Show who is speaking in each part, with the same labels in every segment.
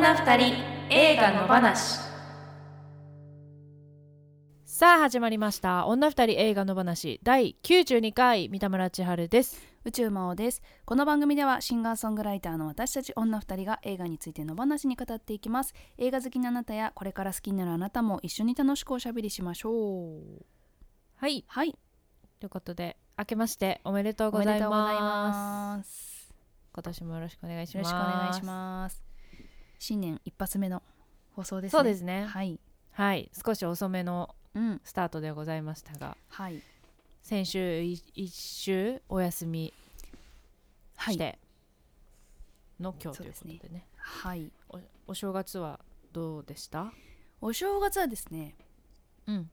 Speaker 1: な二人映画の話
Speaker 2: さあ始まりました女二人映画の話第92回三田村千春です
Speaker 3: 宇宙魔王ですこの番組ではシンガーソングライターの私たち女二人が映画についての話に語っていきます映画好きなあなたやこれから好きになるあなたも一緒に楽しくおしゃべりしましょう
Speaker 2: はい
Speaker 3: はい
Speaker 2: ということで明けましておめでとう
Speaker 3: お
Speaker 2: ご
Speaker 3: め
Speaker 2: ざ
Speaker 3: で
Speaker 2: い
Speaker 3: とうござい
Speaker 2: ます
Speaker 3: ます
Speaker 2: 今年もよろしくお願いし
Speaker 3: よ
Speaker 2: ます
Speaker 3: ろしくお願いします新年一発目の放送ですね
Speaker 2: そうですねはい、
Speaker 3: はい
Speaker 2: 少し遅めの
Speaker 3: うん
Speaker 2: スタートでございましたが
Speaker 3: はい
Speaker 2: 先週い一週お休み
Speaker 3: は
Speaker 2: し
Speaker 3: い
Speaker 2: ての今日ということでね,、
Speaker 3: そうはい
Speaker 2: おお正月はどうでした
Speaker 3: お正月はですね
Speaker 2: うん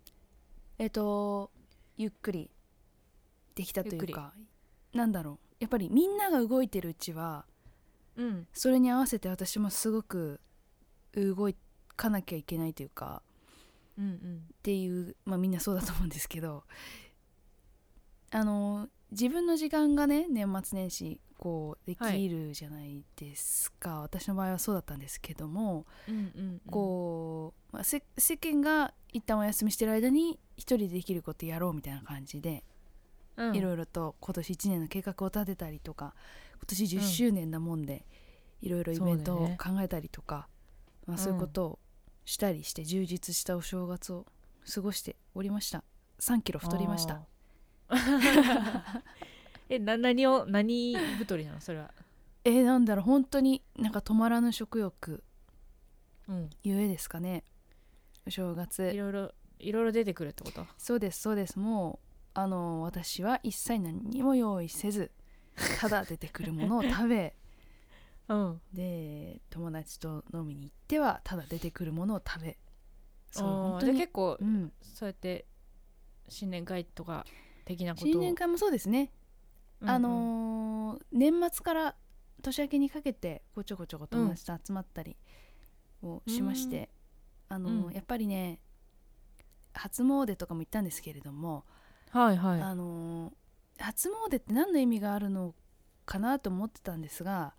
Speaker 3: えっとゆっくりできたと
Speaker 2: ゆ
Speaker 3: い
Speaker 2: っく
Speaker 3: う
Speaker 2: り
Speaker 3: かなんだろうやっぱりみんなが動いてるうちは
Speaker 2: うん
Speaker 3: それに合わせて私もすごく動かなきゃいけないというか
Speaker 2: うんうん
Speaker 3: っていうまあみんなそうだと思うんですけどあの自分の時間がね年末年始こうできるじゃないですか、私の場合はそうだったんですけども、
Speaker 2: うんうんうん
Speaker 3: こう、まあ、せ世間が一旦お休みしてる間に一人でできることやろうみたいな感じで、
Speaker 2: うん
Speaker 3: いろいろと今年1年の計画を立てたりとか今年10周年なもんで、いろいろイベント
Speaker 2: そう
Speaker 3: を
Speaker 2: だね
Speaker 3: 考えたりとかそう,、まあ、そういうことをしたりして充実したお正月を過ごしておりました3キロ太りました
Speaker 2: あー。 え、な、何を、何太りなの、それは。
Speaker 3: えー、なんだろう本当になんか止まらぬ食欲
Speaker 2: うん、
Speaker 3: ゆえですかねお正
Speaker 2: い
Speaker 3: 月
Speaker 2: ろいろ、いろいろ出てくるってこと。
Speaker 3: そうですそうですもうあの私は一切何にも用意せずただ出てくるものを食べ
Speaker 2: うん、
Speaker 3: で友達と飲みに行ってはただ出てくるものを食べそう
Speaker 2: あ
Speaker 3: 本
Speaker 2: ー
Speaker 3: 当
Speaker 2: で、
Speaker 3: に
Speaker 2: 結構
Speaker 3: う、ん、
Speaker 2: そうやって。新年会とか。的なことを。
Speaker 3: 新年会もそうですね、
Speaker 2: うんうん
Speaker 3: あのー年末から年明けにかけてこちょこちょこ友達と集まったりをしまして、あのー
Speaker 2: うん
Speaker 3: やっぱりね初詣とかも行ったんですけれども、
Speaker 2: はい、は
Speaker 3: あのー初詣って何の意味があるのかなと思ってたんですが、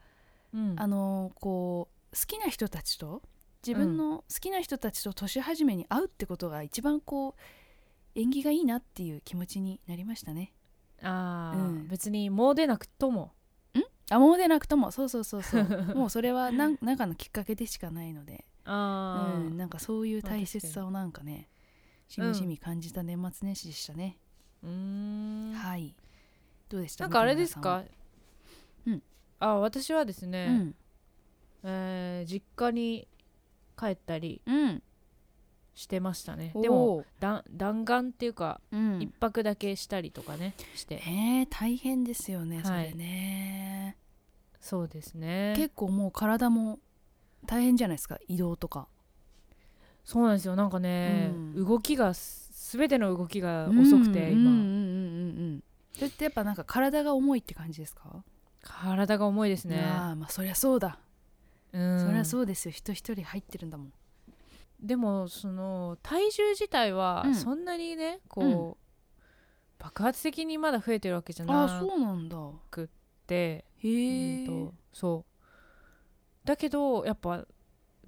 Speaker 2: い。うん、
Speaker 3: あのーこう好きな人たちと自分の好きな人たちと年始めに会うってことが一番こう縁起がいいなっていう気持ちになりましたね。
Speaker 2: あー、
Speaker 3: うん
Speaker 2: 別にもう出なくとも。
Speaker 3: あもうでなくともそうそうそうそ うもうそれはなんなんかのきっかけでしかないので、う
Speaker 2: ああ、
Speaker 3: ん、なんかそういう大切さをなんかねしみじみ感じた年末年始でしたね、
Speaker 2: うーん。
Speaker 3: はいどうでした
Speaker 2: なんかあれです
Speaker 3: 三
Speaker 2: か。
Speaker 3: うん。
Speaker 2: あ、私はです
Speaker 3: 田
Speaker 2: ね。
Speaker 3: 村
Speaker 2: えー実家に。帰ったり。
Speaker 3: さんはうん
Speaker 2: してましたね。
Speaker 3: うん
Speaker 2: でも。
Speaker 3: おー
Speaker 2: 弾弾丸っていうか、
Speaker 3: うん
Speaker 2: 一泊だけしたりとかねして
Speaker 3: ねえ大変ですよねそ
Speaker 2: はい
Speaker 3: れね、
Speaker 2: そうですね
Speaker 3: 結構もう体も大変じゃないですか移動とか
Speaker 2: そうなんですよなんかね、
Speaker 3: うん
Speaker 2: 動きがす全ての動きが遅くて、今、
Speaker 3: うんうんうんうんうんうんそれってやっぱなんか体が重いって感じですか
Speaker 2: 体が重いですね
Speaker 3: ああまあそりゃそうだ、
Speaker 2: うん
Speaker 3: そりゃそうですよ人一人入ってるんだもん
Speaker 2: でもその体重自体は
Speaker 3: うん
Speaker 2: そんなにね、こう爆発的にまだ増えてるわけじゃ
Speaker 3: ああ
Speaker 2: な
Speaker 3: ー
Speaker 2: く
Speaker 3: そうなんだ
Speaker 2: て
Speaker 3: へ
Speaker 2: うん
Speaker 3: え、
Speaker 2: とそうだけどやっぱ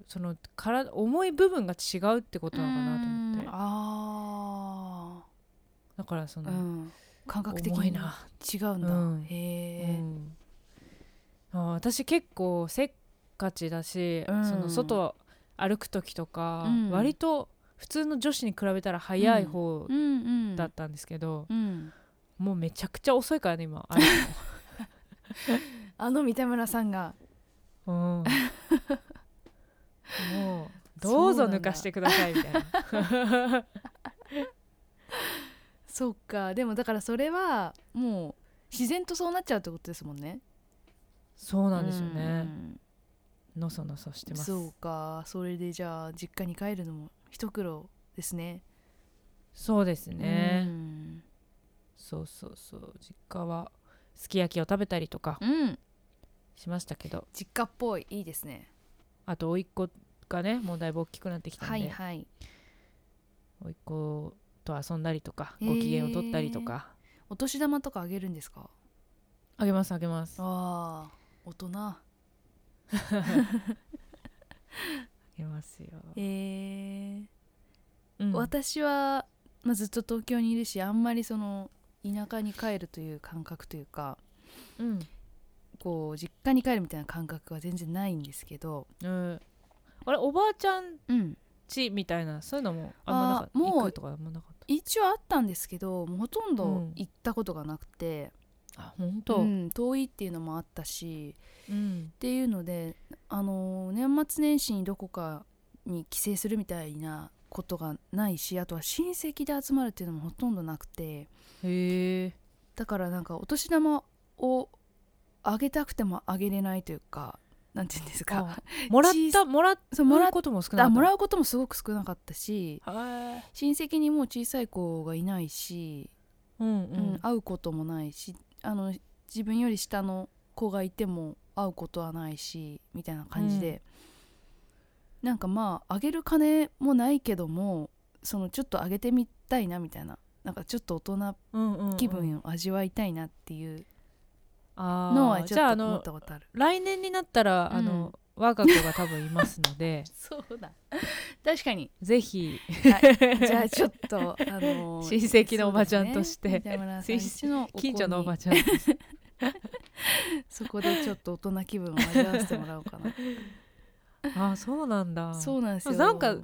Speaker 2: その体重い部分が違うってことなのかなと思って
Speaker 3: あ
Speaker 2: だからそ
Speaker 3: あ、う
Speaker 2: の、
Speaker 3: ん、感覚的
Speaker 2: 重
Speaker 3: に
Speaker 2: い
Speaker 3: 違
Speaker 2: な
Speaker 3: うんだ、
Speaker 2: うん
Speaker 3: へ
Speaker 2: う
Speaker 3: え、
Speaker 2: んあー私結構せっかちだし、
Speaker 3: うん
Speaker 2: その外歩く時とか、
Speaker 3: うん
Speaker 2: 割と普通の女子に比べたら早い方
Speaker 3: うん、うんうん
Speaker 2: だったんですけど、
Speaker 3: うん
Speaker 2: もうめちゃくちゃ遅いからね今 歩く
Speaker 3: あの三田村さんが
Speaker 2: の、うん、もうどうぞ抜かしてくださいみたいな
Speaker 3: そっかでもだからそれはもう自然とそうなっちゃうってことですもんね
Speaker 2: そうなんですよね、
Speaker 3: うん
Speaker 2: のそのそしてます
Speaker 3: そうかそれでじゃあ実家に帰るのも一苦労ですね
Speaker 2: そうですね、
Speaker 3: うん、
Speaker 2: そうそうそう実家はすき焼きを食べたりとか
Speaker 3: うん
Speaker 2: しましたけど
Speaker 3: 実家っぽいいいですね
Speaker 2: あと甥っ子がねもうだいぶ大きくなってきたんで、
Speaker 3: はいはい
Speaker 2: 甥っ子と遊んだりとか
Speaker 3: へー
Speaker 2: ご機嫌を取ったりとか、
Speaker 3: お年玉とかあげるんですか
Speaker 2: あげますあげます
Speaker 3: ああ大人
Speaker 2: げますよ、
Speaker 3: えー
Speaker 2: うん
Speaker 3: 私は、まあ、ずっと東京にいるしあんまりその田舎に帰るという感覚というか
Speaker 2: うん
Speaker 3: こう実家に帰るみたいな感覚は全然ないんですけど、
Speaker 2: うんあれおばあちゃん
Speaker 3: うん、
Speaker 2: ちみたいなそういうのもあんまなかった
Speaker 3: あーもう
Speaker 2: 行くとかあんまなかっ
Speaker 3: 一応あったんですけどもうほとん
Speaker 2: う
Speaker 3: ど
Speaker 2: ん
Speaker 3: 行ったことがなくて、
Speaker 2: たあ本
Speaker 3: う
Speaker 2: 当うん
Speaker 3: ん遠いっていうのもあったし
Speaker 2: うん
Speaker 3: っていうので、あの年末年始にどこかに帰省するみたいなことがないしあとは親戚で集まるっていうのもほとんどなくて
Speaker 2: へえ
Speaker 3: だからなんかお年玉をあげたくてもあげれないというかなんて言うんですか
Speaker 2: もらっ
Speaker 3: 小
Speaker 2: た
Speaker 3: さ
Speaker 2: もらっ
Speaker 3: そうも
Speaker 2: も
Speaker 3: ら
Speaker 2: ら
Speaker 3: っ
Speaker 2: うことも少な
Speaker 3: た
Speaker 2: い
Speaker 3: もらうこともすごく少なかったし
Speaker 2: はい
Speaker 3: 親戚にもう小さい子がいないし、
Speaker 2: うんう
Speaker 3: う
Speaker 2: んん
Speaker 3: 会うこともないしあの自分より下の子がいても会うことはないしみたいな感じで、なんかまああげる金もないけどもそのちょっとあげてみたいなみたいななんかちょっと大人
Speaker 2: うんうんうん
Speaker 3: 気分を味わいたいなっていう
Speaker 2: あー
Speaker 3: のはち
Speaker 2: じ
Speaker 3: ょ
Speaker 2: ゃあ
Speaker 3: っ
Speaker 2: あ
Speaker 3: と思
Speaker 2: の
Speaker 3: ったことある。
Speaker 2: 来年になったら、あの我が子が多分いますので
Speaker 3: そうだ 確かに
Speaker 2: ぜひ
Speaker 3: じゃ あちょっとあの
Speaker 2: 親戚のおばちゃんとして
Speaker 3: そうですね三田村さんちの子に
Speaker 2: 近所のおばちゃんです
Speaker 3: そこでちょっと大人気分を味わわせてもらおうかな
Speaker 2: あーそうなん だ
Speaker 3: そうなんですよ
Speaker 2: なんか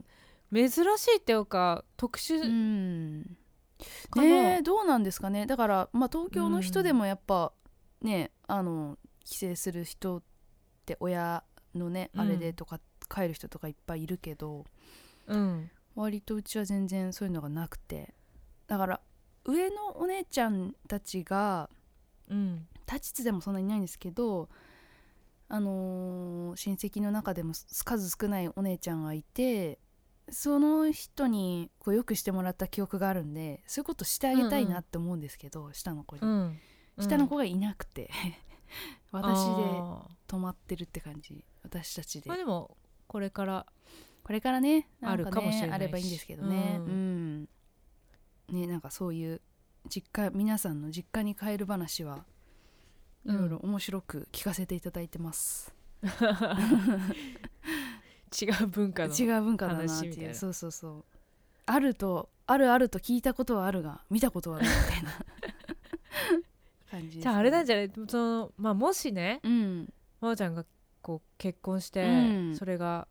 Speaker 2: 珍しいっていうか特殊、
Speaker 3: うんね
Speaker 2: かな
Speaker 3: えどうなんですかねだから、まあ、東京の人でもやっぱ、ねあの帰省する人って親のね
Speaker 2: うん
Speaker 3: あれでとか、帰る人とかいっぱいいるけど
Speaker 2: うん
Speaker 3: 割とうちは全然そういうのがなくてだから上のお姉ちゃんたちが
Speaker 2: うん
Speaker 3: 立ちつでもそんなにいないんですけどあのー親戚の中でも数少ないお姉ちゃんがいてその人にこうよくしてもらった記憶があるんでそういうことしてあげたいなって思うんですけど、下の子に、
Speaker 2: うん
Speaker 3: 下の子がいなくて私で
Speaker 2: あー
Speaker 3: 止まってるって感じ私たちで
Speaker 2: まあでもこれから
Speaker 3: これからねなんね
Speaker 2: あるかもしれないし
Speaker 3: あればいいんですけどね
Speaker 2: う
Speaker 3: うん、ねなんかそういう実家皆さんの実家に帰る話は
Speaker 2: うん
Speaker 3: いろいろ面白く聞かせていただいてます、
Speaker 2: 違う文化の
Speaker 3: 違う文化だなって
Speaker 2: 話みた
Speaker 3: い
Speaker 2: いうな
Speaker 3: そうそうそうあるとあるあると聞いたことはあるが見たことはないみ たいな感じですね
Speaker 2: じゃああれなんじゃないその、まあ、もしね
Speaker 3: うん
Speaker 2: 真央ちゃんがこう結婚して、
Speaker 3: うん
Speaker 2: それが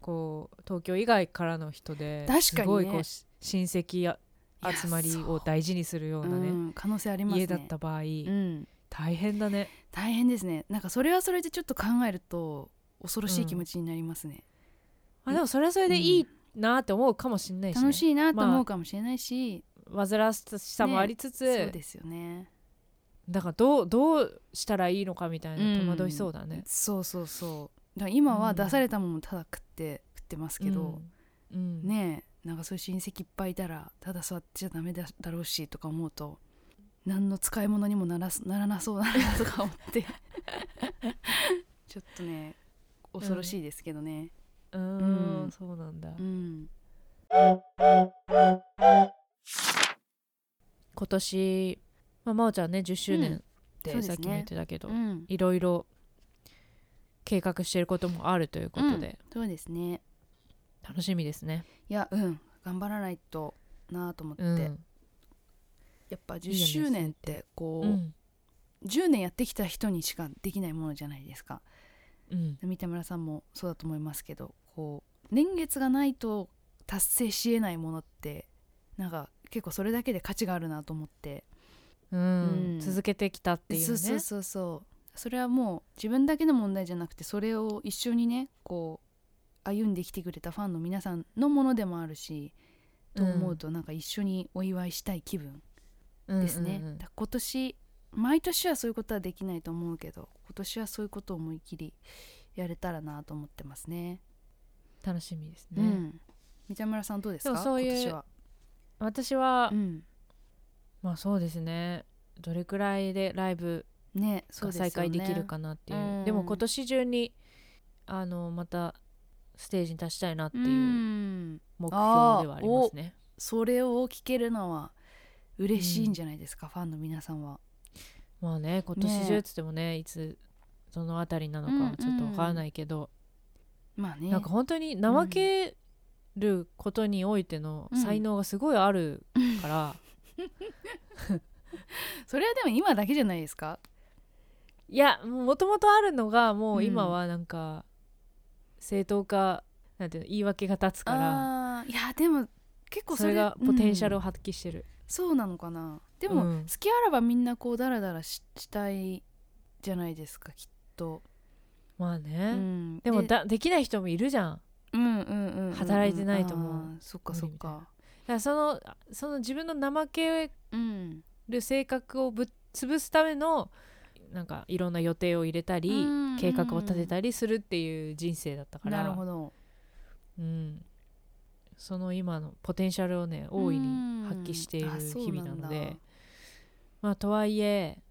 Speaker 2: こう東京以外からの人で
Speaker 3: 確かにね
Speaker 2: すごいこうし親戚や集まりを大事にするような
Speaker 3: う
Speaker 2: ね、
Speaker 3: ん可能性ありますね
Speaker 2: 家だった場合、
Speaker 3: うん
Speaker 2: 大変だね
Speaker 3: 大変ですねなんかそれはそれでちょっと考えると恐ろしい気持ちになりますね、
Speaker 2: あでもそれはそれでいいなって思うかもしれないし、ね
Speaker 3: 楽しいなと
Speaker 2: ま
Speaker 3: 思う
Speaker 2: あ
Speaker 3: かもしれないし、
Speaker 2: 煩わしさもありつつ、
Speaker 3: そうですよね
Speaker 2: だからどうどうしたらいいのかみたいな
Speaker 3: うん
Speaker 2: 戸惑いそうだね。
Speaker 3: そうそうそうだから今は出されたものをただ食って食ってますけど、
Speaker 2: うん、うん
Speaker 3: ねえなんかそういう親戚いっぱいいたらただ座ってちゃダメだだろうしとか思うと何の使い物にもならすならなそうだなとか思って ちょっとね恐ろしいですけどね
Speaker 2: うーん
Speaker 3: うん
Speaker 2: そうなんだ、
Speaker 3: うん、
Speaker 2: 今年、まあ、真央ちゃんね10周年っ
Speaker 3: うんそう
Speaker 2: て
Speaker 3: です
Speaker 2: さ
Speaker 3: ね
Speaker 2: っきも言ってたけど、
Speaker 3: うん
Speaker 2: いろいろ計画してることもあるということで、
Speaker 3: そうですね
Speaker 2: 楽しみですね。
Speaker 3: いやうん頑張らないとなと思って、
Speaker 2: うん
Speaker 3: やっぱ
Speaker 2: い
Speaker 3: 10
Speaker 2: いよね
Speaker 3: 周年ってこう
Speaker 2: うん
Speaker 3: 10年やってきた人にしかできないものじゃないですか
Speaker 2: うん
Speaker 3: 三田村さんもそうだと思いますけどこう年月がないと達成しえないものってなんか結構それだけで価値があるなと思って
Speaker 2: うん
Speaker 3: うん
Speaker 2: 続けてきたっていうね。
Speaker 3: そうそうそうそうそれはもう自分だけの問題じゃなくてそれを一緒にねこう歩んできてくれたファンの皆さんのものでもあるしと思うとなんか一緒にお祝いしたい気分
Speaker 2: うん
Speaker 3: ですね、
Speaker 2: うんうんうん
Speaker 3: だから今年毎年はそういうことはできないと思うけど今年はそういうことを思い切りやれたらなと思ってますね
Speaker 2: 楽しみです
Speaker 3: う
Speaker 2: ね。
Speaker 3: ん三田村さんどうです
Speaker 2: で
Speaker 3: か
Speaker 2: もそういう
Speaker 3: 今年は、
Speaker 2: 私は、
Speaker 3: うん、
Speaker 2: まあそうですねどれくらいでライブ
Speaker 3: ねそ
Speaker 2: が
Speaker 3: うですよね
Speaker 2: 再開できるかなっていう
Speaker 3: うん
Speaker 2: でも今年中にあのまたステージに立ちたいなっていううん目標ではありますね。
Speaker 3: それを聞けるのは嬉しいんじゃないですか、ファンの皆さんは
Speaker 2: まあね今年中っつってもねいつそのあたりなのかはちょっとわからないけど、
Speaker 3: まあね
Speaker 2: なんか本当に怠けることにおいての才能がすごいあるから、
Speaker 3: それはでも今だけじゃないですか
Speaker 2: いやもともとあるのがもう今
Speaker 3: うん
Speaker 2: はなんか正当化なんていうの言い訳が立つから
Speaker 3: あーいやでも結構そ
Speaker 2: そ
Speaker 3: れ
Speaker 2: れがポテンシャルを
Speaker 3: うん
Speaker 2: 発揮してる、
Speaker 3: そうなのかなでも、
Speaker 2: うん
Speaker 3: 好きあらばみんなこうダラダラししたいじゃないですかきっと、
Speaker 2: まあ
Speaker 3: う
Speaker 2: ね、
Speaker 3: ん、
Speaker 2: でもだできない人もいるじゃんだか
Speaker 3: うんうんうんうん
Speaker 2: 働いてないと思う
Speaker 3: あーそっかそっか
Speaker 2: らそのその自分の怠け
Speaker 3: うん
Speaker 2: る性格をぶっ潰すためのなんかいろんな予定を入れたり、
Speaker 3: うん
Speaker 2: 計画を立てたりするっていう人生だったから
Speaker 3: なるほど
Speaker 2: うん、その今のポテンシャルをね大いに発揮している
Speaker 3: うんあそう
Speaker 2: 日々なの
Speaker 3: なん
Speaker 2: で
Speaker 3: だ
Speaker 2: まあとはいえ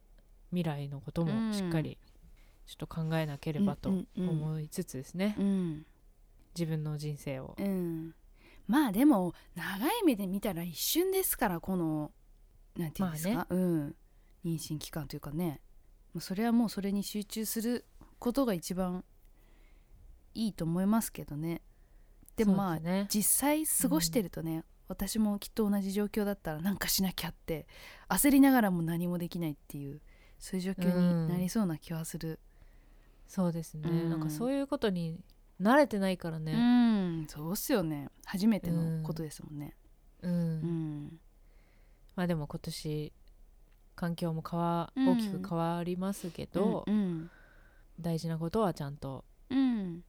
Speaker 2: 未来のこともしっかりちょっと考えなければと
Speaker 3: うんうんうん
Speaker 2: 思いつつですね、
Speaker 3: うん
Speaker 2: 自分の人生を
Speaker 3: うんまあでも長い目で見たら一瞬ですからこのなんていうんですか、
Speaker 2: ま
Speaker 3: うん、妊娠期間というかねもうそれはもうそれに集中することが一番いいと思いますけどねでもまあ
Speaker 2: そうね
Speaker 3: 実際過ごしてるとね、私もきっと同じ状況だったらなんかしなきゃって焦りながらも何もできないっていうそういう状況になりそうな気はする
Speaker 2: そうですね、
Speaker 3: うん
Speaker 2: なんかそういうことに慣れてないから
Speaker 3: う
Speaker 2: ね、
Speaker 3: ん、そうっすよね初めてのことですもんね
Speaker 2: うん
Speaker 3: うん、
Speaker 2: まあでも今年環境も変わ
Speaker 3: うん
Speaker 2: 大きく変わりますけど、
Speaker 3: うん
Speaker 2: 大事なことはちゃんと
Speaker 3: うんうん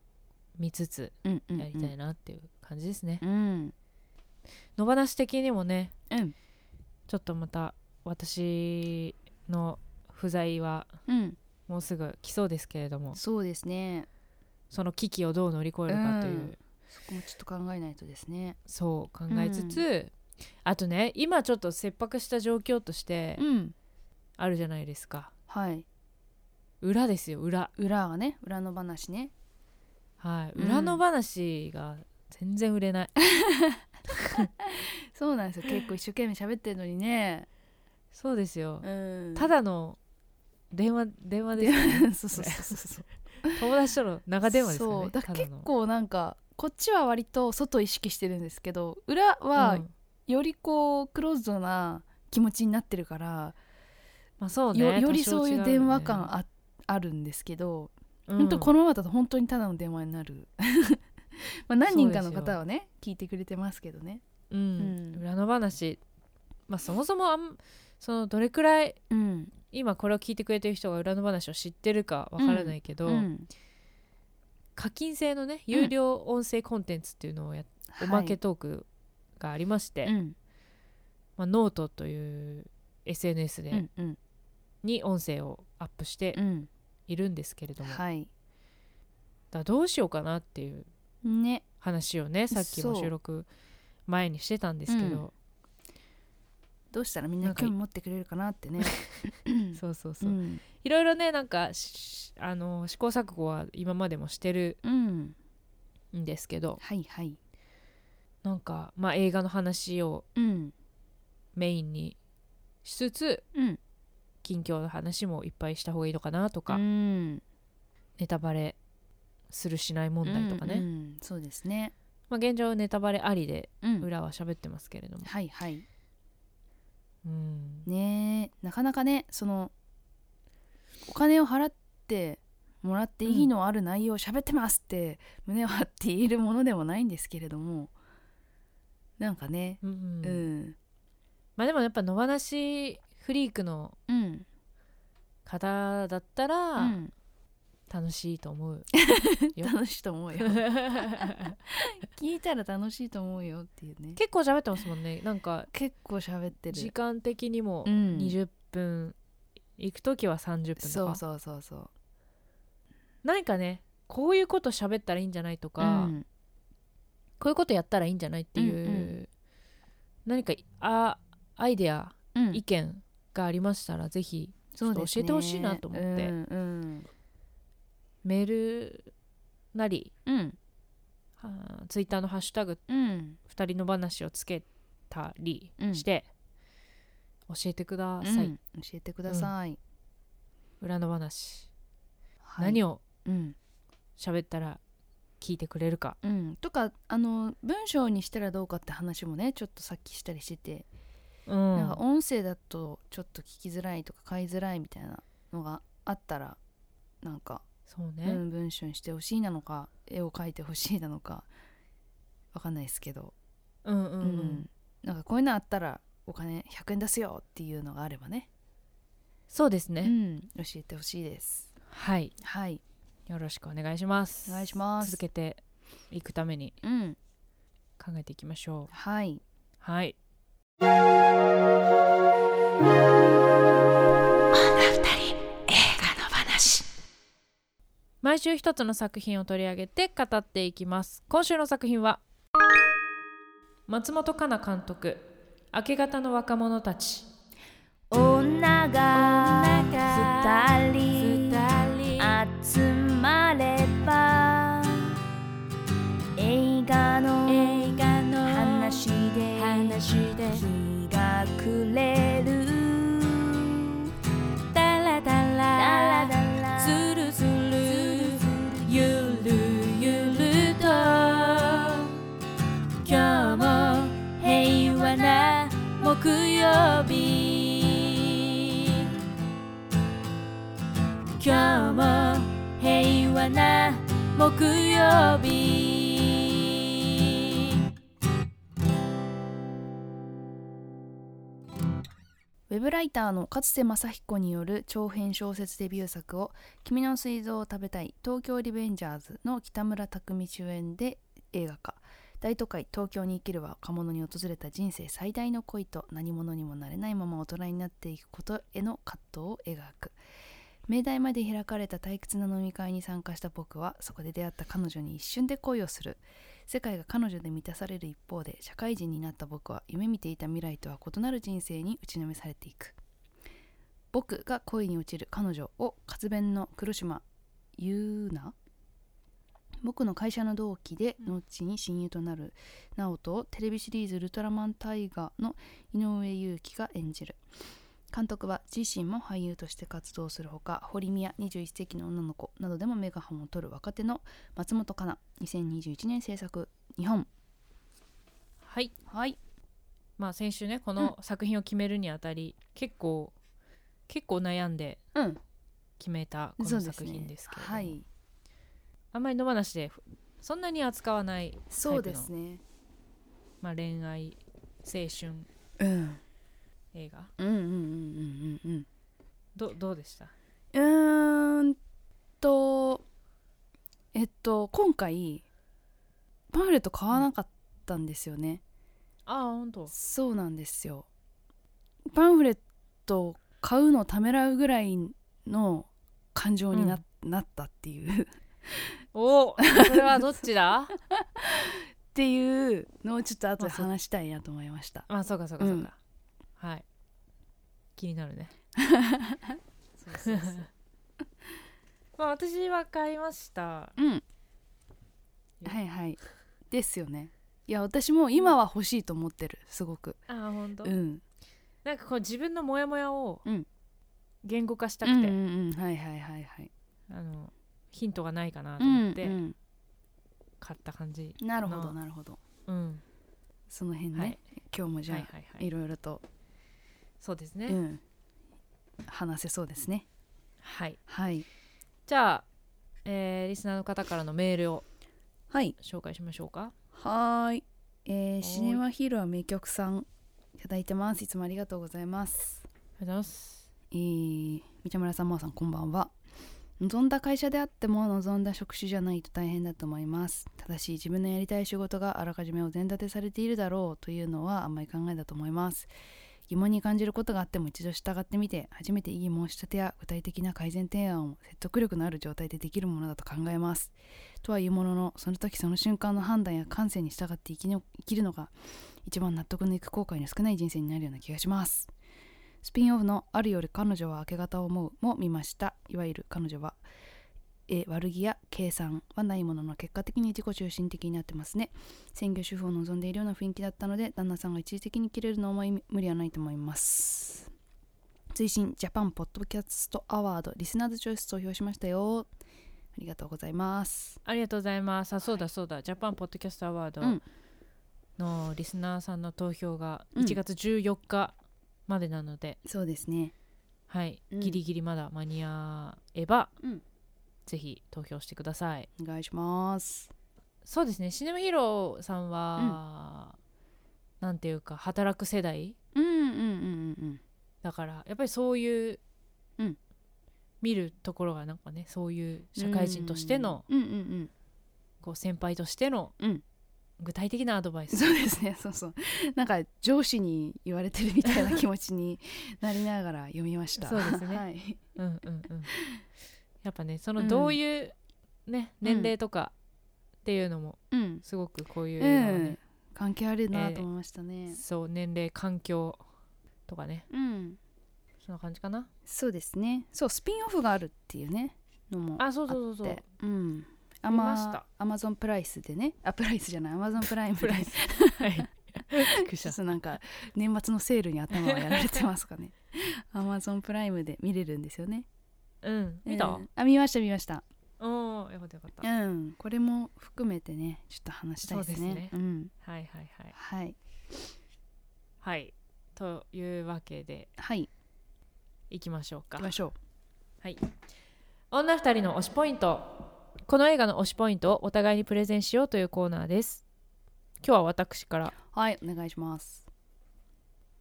Speaker 2: 見つつ
Speaker 3: うんうん
Speaker 2: やりたいなっていう感じですね。
Speaker 3: うん
Speaker 2: 野放し的にもね
Speaker 3: うん
Speaker 2: ちょっとまた私の不在は
Speaker 3: うん
Speaker 2: もうすぐ来そうですけれども
Speaker 3: そうですね
Speaker 2: その危機をどう乗り越えるかという、
Speaker 3: うんそこもちょっと考えないとですね
Speaker 2: そう考えつつ、あとね今ちょっと切迫した状況として
Speaker 3: うん
Speaker 2: あるじゃないですか
Speaker 3: はい
Speaker 2: 裏ですよ裏
Speaker 3: 裏がね裏の話ね
Speaker 2: はい
Speaker 3: うん
Speaker 2: 裏の話が全然売れない、
Speaker 3: そうなんですよ結構一生懸命喋ってるのにね
Speaker 2: そうですよ、
Speaker 3: うん
Speaker 2: ただの電話電話ですよ
Speaker 3: そうそうそうそうそう
Speaker 2: 友達との長電話ですよ
Speaker 3: そう
Speaker 2: ね
Speaker 3: だから
Speaker 2: ただ
Speaker 3: 結
Speaker 2: の
Speaker 3: 構なんかこっちは割と外意識してるんですけど裏
Speaker 2: う
Speaker 3: は
Speaker 2: ん
Speaker 3: よりこうクローズドな気持ちになってるから、
Speaker 2: まあそうね
Speaker 3: よよりそういう電話感
Speaker 2: あ
Speaker 3: あ,、あるんですけど、
Speaker 2: うん
Speaker 3: 本当このままだと本当にただの電話になる まあ何人かの方はね聞いてくれてますけどね、
Speaker 2: うん
Speaker 3: うん
Speaker 2: 裏の話、まあ、そもそもあんそのどれくらい
Speaker 3: うん
Speaker 2: 今これを聞いてくれてる人が裏の話を知ってるかわからないけど、
Speaker 3: うん
Speaker 2: 課金制のね有料音声コンテンツっていうのをやっ、おまけトークがありまして、
Speaker 3: はいうん
Speaker 2: まあ、ノートという SNS で、
Speaker 3: うんうん
Speaker 2: に音声をアップして
Speaker 3: うん
Speaker 2: いるんですけれども、だか
Speaker 3: はい
Speaker 2: らどうしようかなっていう
Speaker 3: ね
Speaker 2: 話をねさっきも収録前にしてたんですけど、
Speaker 3: どうしたらみんな
Speaker 2: なんか
Speaker 3: 興味持ってくれるか なってねうん
Speaker 2: そうそうそうう、
Speaker 3: ん
Speaker 2: いろいろねなんかしあの試行錯誤は今までもしてる
Speaker 3: うん
Speaker 2: んですけど
Speaker 3: はいはい
Speaker 2: なんか、まあ、映画の話を
Speaker 3: うん
Speaker 2: メインにしつつ
Speaker 3: うん
Speaker 2: 近況の話もいっぱいした方がいいのかなとか、
Speaker 3: うん
Speaker 2: ネタバレするしない問題とかね、
Speaker 3: うんうんそうですね、
Speaker 2: まあ、現状ネタバレありで
Speaker 3: うん
Speaker 2: 裏は喋ってますけれども、
Speaker 3: はいはい
Speaker 2: うん
Speaker 3: ねえなかなかねそのお金を払ってもらって意義のある内容を喋ってますって胸を張って言えるものでもないんですけれどもなんかね
Speaker 2: うん
Speaker 3: う
Speaker 2: うん
Speaker 3: ん
Speaker 2: まあ、でもやっぱ野放しフリークの
Speaker 3: うん
Speaker 2: 方だった
Speaker 3: う
Speaker 2: ら
Speaker 3: ん
Speaker 2: 楽しいと思う、 よ
Speaker 3: 楽しいと思うよ聞いたら楽しいと思うよっていうね
Speaker 2: 結構喋ってますもんねなんか
Speaker 3: 結構喋って
Speaker 2: 時
Speaker 3: る
Speaker 2: 間的にも
Speaker 3: うん
Speaker 2: 20分行く時は30分とか、
Speaker 3: そうそうそうそう
Speaker 2: 何かねこういうこと喋ったらいいんじゃないとか、
Speaker 3: うん
Speaker 2: こういうことやったらいいんじゃないっていう、
Speaker 3: うんう
Speaker 2: 何かあアイデア、
Speaker 3: うん
Speaker 2: 意見がありましたらぜひちょっと教えてほしいなと思って、
Speaker 3: そうですねうん
Speaker 2: メールなり
Speaker 3: うん
Speaker 2: あーツイッターのハッシュタグ
Speaker 3: うん
Speaker 2: 2人の話をつけたりして、教えてくだ
Speaker 3: う
Speaker 2: さい、
Speaker 3: ん教えてください、
Speaker 2: 裏の話、
Speaker 3: はい
Speaker 2: 何を
Speaker 3: うん
Speaker 2: 喋ったら聞いてくれるか
Speaker 3: うん、とかあの文章にしたらどうかって話もねちょっとさっきしたりしてて、
Speaker 2: う
Speaker 3: なんか
Speaker 2: ん
Speaker 3: 音声だとちょっと聞きづらいとか買いづらいみたいなのがあったらなんか、
Speaker 2: そう
Speaker 3: う
Speaker 2: ね、
Speaker 3: ん、文章にしてほしいなのか絵を描いてほしいなのか わかんないですけど、
Speaker 2: うんうん
Speaker 3: う
Speaker 2: うんん、
Speaker 3: なんかこういうのあったらお金100円出すよっていうのがあればね、
Speaker 2: そうです
Speaker 3: う
Speaker 2: ね、
Speaker 3: ん、教えてほしいです
Speaker 2: はい
Speaker 3: はい、
Speaker 2: よろしくお願いします
Speaker 3: お願いします
Speaker 2: 続けていくために
Speaker 3: うん、
Speaker 2: 考えていきましょう
Speaker 3: はい
Speaker 2: はい毎週一つの作品を取り上げて語っていきます今週の作品は松本香奈監督明け方の若者たち
Speaker 1: 女が二人集まれば映画の話で日が暮れるダラダラズルズルゆるゆると今日も平和な木曜日今日も平和な木曜日
Speaker 3: ウェブライターの勝瀬正彦による長編小説デビュー作を「君の膵臓を食べたい東京リベンジャーズ」の北村匠海主演で映画化大都会東京に生きるは若者に訪れた人生最大の恋と何者にもなれないまま大人になっていくことへの葛藤を描く明大まで開かれた退屈な飲み会に参加した僕はそこで出会った彼女に一瞬で恋をする世界が彼女で満たされる一方で社会人になった僕は夢見ていた未来とは異なる人生に打ちのめされていく僕が恋に落ちる彼女を活弁の黒島優奈僕の会社の同期で後に親友となる直人をテレビシリーズ「ウルトラマンタイガー」の井上裕貴が演じる監督は自身も俳優として活動するほか堀宮21世紀の女の子などでもメガホンを取る若手の松本香菜2021年制作日本
Speaker 2: はい
Speaker 3: はい
Speaker 2: まあ先週ねこの作品を決めるにあたり、結構結構悩んで
Speaker 3: うん
Speaker 2: 決めたこ
Speaker 3: そ
Speaker 2: の
Speaker 3: うです
Speaker 2: 作
Speaker 3: ね
Speaker 2: 品ですけれども、
Speaker 3: はい
Speaker 2: あんまり野放しでそんなに扱わない、
Speaker 3: そうですね
Speaker 2: まあ、恋愛青春
Speaker 3: うん
Speaker 2: 映画
Speaker 3: うんうんうんうんうん
Speaker 2: どどうでした
Speaker 3: うんうーんとえっと今回パンフレット買わなかったんですよね、
Speaker 2: ああ本当
Speaker 3: そうなんですよパンフレットを買うのをためらうぐらいの感情にな,、なったっていうっ
Speaker 2: おおそれはどっちだ
Speaker 3: ていうのをちょっと後で
Speaker 2: まあそう
Speaker 3: 話したいなと思いました
Speaker 2: あそうかそうかそうか、はい気にな るね まあ私は買いました
Speaker 3: うんはいはいですよねいや私も今は欲しいと思ってるすごく
Speaker 2: ああ本当、
Speaker 3: うん
Speaker 2: なんかこう自分のモヤモヤを
Speaker 3: うん
Speaker 2: 言語化した
Speaker 3: う
Speaker 2: く
Speaker 3: ん
Speaker 2: て、
Speaker 3: うんうんはいはいはいはい
Speaker 2: あのヒントがないかなと思って
Speaker 3: うん
Speaker 2: 買った感じ、
Speaker 3: うんなるほど
Speaker 2: の
Speaker 3: なるほど
Speaker 2: うん
Speaker 3: その辺ね、
Speaker 2: はい
Speaker 3: 今日もじゃあ、
Speaker 2: はいいはいはい
Speaker 3: ろいろと、
Speaker 2: そうですね、
Speaker 3: うん、話せそうですね
Speaker 2: はい
Speaker 3: はい
Speaker 2: じゃあ、えーリスナーの方からのメールを
Speaker 3: はい
Speaker 2: 紹介しましょうか
Speaker 3: はーい、えー
Speaker 2: い
Speaker 3: シネマヒーロー名曲さんいただいてますいつもありがとうございます
Speaker 2: ありがとうございます
Speaker 3: えー三田村さんまおさんこんばんは望んだ会社であっても望んだ職種じゃないと大変だと思いますただし自分のやりたい仕事があらかじめお膳立てされているだろうというのはあんまり考えだと思います疑問に感じることがあっても一度従ってみて初めていい申し立てや具体的な改善提案を説得力のある状態でできるものだと考えますとはいうもののその時その瞬間の判断や感性に従って生きの生きるのが一番納得のいく後悔の少ない人生になるような気がしますスピンオフの「あるより彼女は明け方を思う」も見ましたいわゆる彼女はえ悪気や計算はないものの結果的に自己中心的になってますね専業主婦を望んでいるような雰囲気だったので旦那さんが一時的に切れるのはあまり無理はないと思います推進ジャパンポッドキャストアワードリスナーズチョイス投票しましたよりがとうございます
Speaker 2: ありがとうございますあそうだそうだ、ジャパンポッドキャストアワード
Speaker 3: うん
Speaker 2: のリスナーさんの投票が
Speaker 3: うん
Speaker 2: 1月14日までなので、
Speaker 3: そうですね
Speaker 2: はい、
Speaker 3: うん
Speaker 2: ギリギリまだ間に合えば、
Speaker 3: うん
Speaker 2: ぜひ投票してください
Speaker 3: お願いします
Speaker 2: そうですねシネムヒーローさんは、なんていうか働く世代
Speaker 3: うんうんうんうん
Speaker 2: だからやっぱりそういう、
Speaker 3: うん
Speaker 2: 見るところがなんかねそういう社会人としての、
Speaker 3: うんうんうん
Speaker 2: こう先輩としての、
Speaker 3: うん
Speaker 2: 具体的なアドバイス
Speaker 3: そうですねそうそうなんか上司に言われてるみたいな気持ちになりながら読みました
Speaker 2: そうですね
Speaker 3: はい、
Speaker 2: うんうんうんやっぱねその
Speaker 3: うん
Speaker 2: どういう、ね
Speaker 3: う
Speaker 2: 年
Speaker 3: ん
Speaker 2: 齢とかっていうのも
Speaker 3: うん
Speaker 2: すごくこういう
Speaker 3: う
Speaker 2: のはね
Speaker 3: ん、関係あるな
Speaker 2: えー
Speaker 3: と思いましたね、
Speaker 2: そう年齢環境とかね
Speaker 3: うん
Speaker 2: そんな感じかな
Speaker 3: そうですねそうスピンオフがあるっていうねのも
Speaker 2: あそうそうそうそう
Speaker 3: でうんア
Speaker 2: 見ました
Speaker 3: マアマゾンプライスでねあプライスじゃないアマゾンプライムで
Speaker 2: プライスはい びっくりし
Speaker 3: ち
Speaker 2: た
Speaker 3: ょっとなんか年末のセールに頭がやられてま すかねアマゾンプライムで見れるんですよね
Speaker 2: うん見た、
Speaker 3: うんあ見ました見ました
Speaker 2: おおよかったよかった、
Speaker 3: う
Speaker 2: はい
Speaker 3: んこれも含めてねちょっと話したいですね
Speaker 2: そうですね
Speaker 3: ん、
Speaker 2: はいはい
Speaker 3: はい
Speaker 2: はいというわけで
Speaker 3: はい
Speaker 2: いきましょうか
Speaker 3: 行きましょ
Speaker 2: はい、女二人の推しポイントこの映画の推しポイントをお互いにプレゼンしようというコーナーです今日は私から
Speaker 3: うはいお願いします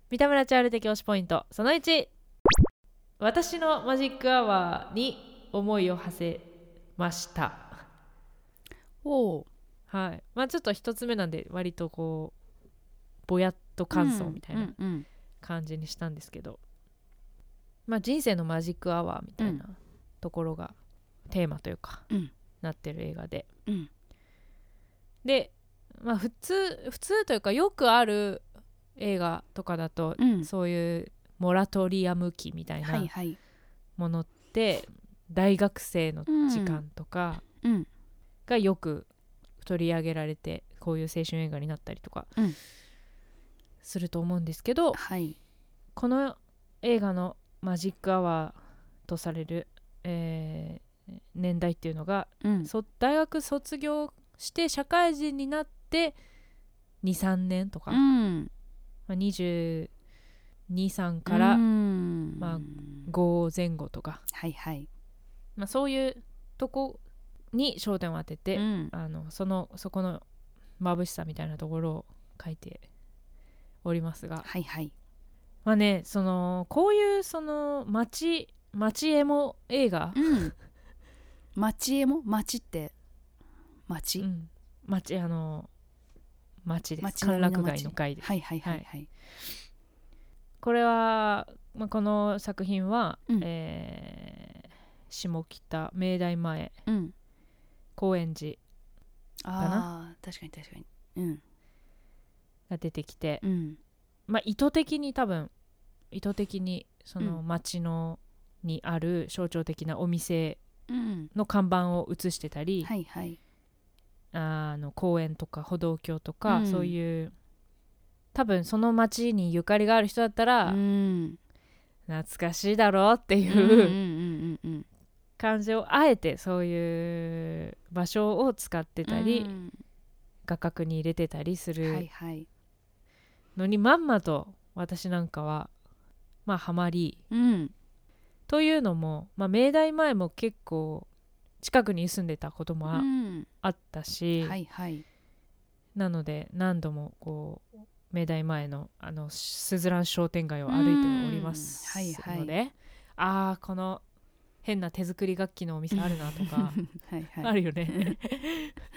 Speaker 2: 三田村チャール的推しポイントその1私のマジックアワーに思いを馳せました
Speaker 3: おお
Speaker 2: はいまあちょっと一つ目なんで割とこうぼやっと感想みたいな
Speaker 3: うんうん
Speaker 2: 感じにしたんですけど、まあ人生のマジックアワーみたいなところがテーマというか、
Speaker 3: うん
Speaker 2: なってる映画で
Speaker 3: うん
Speaker 2: でまあ普通普通というかよくある映画とかだと、
Speaker 3: うん
Speaker 2: そういうモラトリアム期みたい
Speaker 3: は
Speaker 2: ない
Speaker 3: はい
Speaker 2: ものって、大学生の時間とか
Speaker 3: うん
Speaker 2: がよく取り上げられてこういう青春映画になったりとか
Speaker 3: うん
Speaker 2: すると思うんですけど、
Speaker 3: はい
Speaker 2: この映画のマジックアワーとされる、えー年代っていうのが、
Speaker 3: うん
Speaker 2: そ大学卒業して社会人になって23年とか、ま
Speaker 3: ん
Speaker 2: あ、223から
Speaker 3: うん
Speaker 2: まあ5前後とか、
Speaker 3: はいはい
Speaker 2: まあ、そういうとこに焦点を当てて、
Speaker 3: うん
Speaker 2: あのそのそこの眩しさみたいなところを書いておりますが
Speaker 3: はいはい
Speaker 2: まあねそのこういうその街街エモ映画、
Speaker 3: うん町へも町って町、
Speaker 2: うん、町あの町です
Speaker 3: 町
Speaker 2: 歓
Speaker 3: 並み
Speaker 2: 楽
Speaker 3: の
Speaker 2: 街の街です、
Speaker 3: はいはいはいはい
Speaker 2: これは、まあ、この作品は、
Speaker 3: うん
Speaker 2: えー下北明大前
Speaker 3: うん
Speaker 2: 高円寺
Speaker 3: ああ確かに確かにうん
Speaker 2: が出てきて、
Speaker 3: うん
Speaker 2: まあ、意図的に多分意図的にその
Speaker 3: うん
Speaker 2: 町の、にある象徴的なお店
Speaker 3: うん
Speaker 2: の看板を映してたり、
Speaker 3: はいはい
Speaker 2: あの公園とか歩道橋とか、
Speaker 3: うん
Speaker 2: そういう多分その町にゆかりがある人だったら、
Speaker 3: うん
Speaker 2: 懐かしいだろうっていうう、
Speaker 3: んうんうんうん
Speaker 2: 感じをあえてそういう場所を使ってたり、
Speaker 3: うん
Speaker 2: 画角に入れてたりす
Speaker 3: はい
Speaker 2: る
Speaker 3: はい
Speaker 2: のに、まんまと私なんかはまあハマり
Speaker 3: うん
Speaker 2: というのも、まあ、明大前も結構近くに住んでたこともあ,、
Speaker 3: うん
Speaker 2: ったし、
Speaker 3: はいはい
Speaker 2: なので何度もこう明大前のあのすずらん商店街を歩いております
Speaker 3: うんはいはい
Speaker 2: ので、ああこの変な手作り楽器のお店あるなとか。
Speaker 3: はい
Speaker 2: あ
Speaker 3: はい
Speaker 2: るよね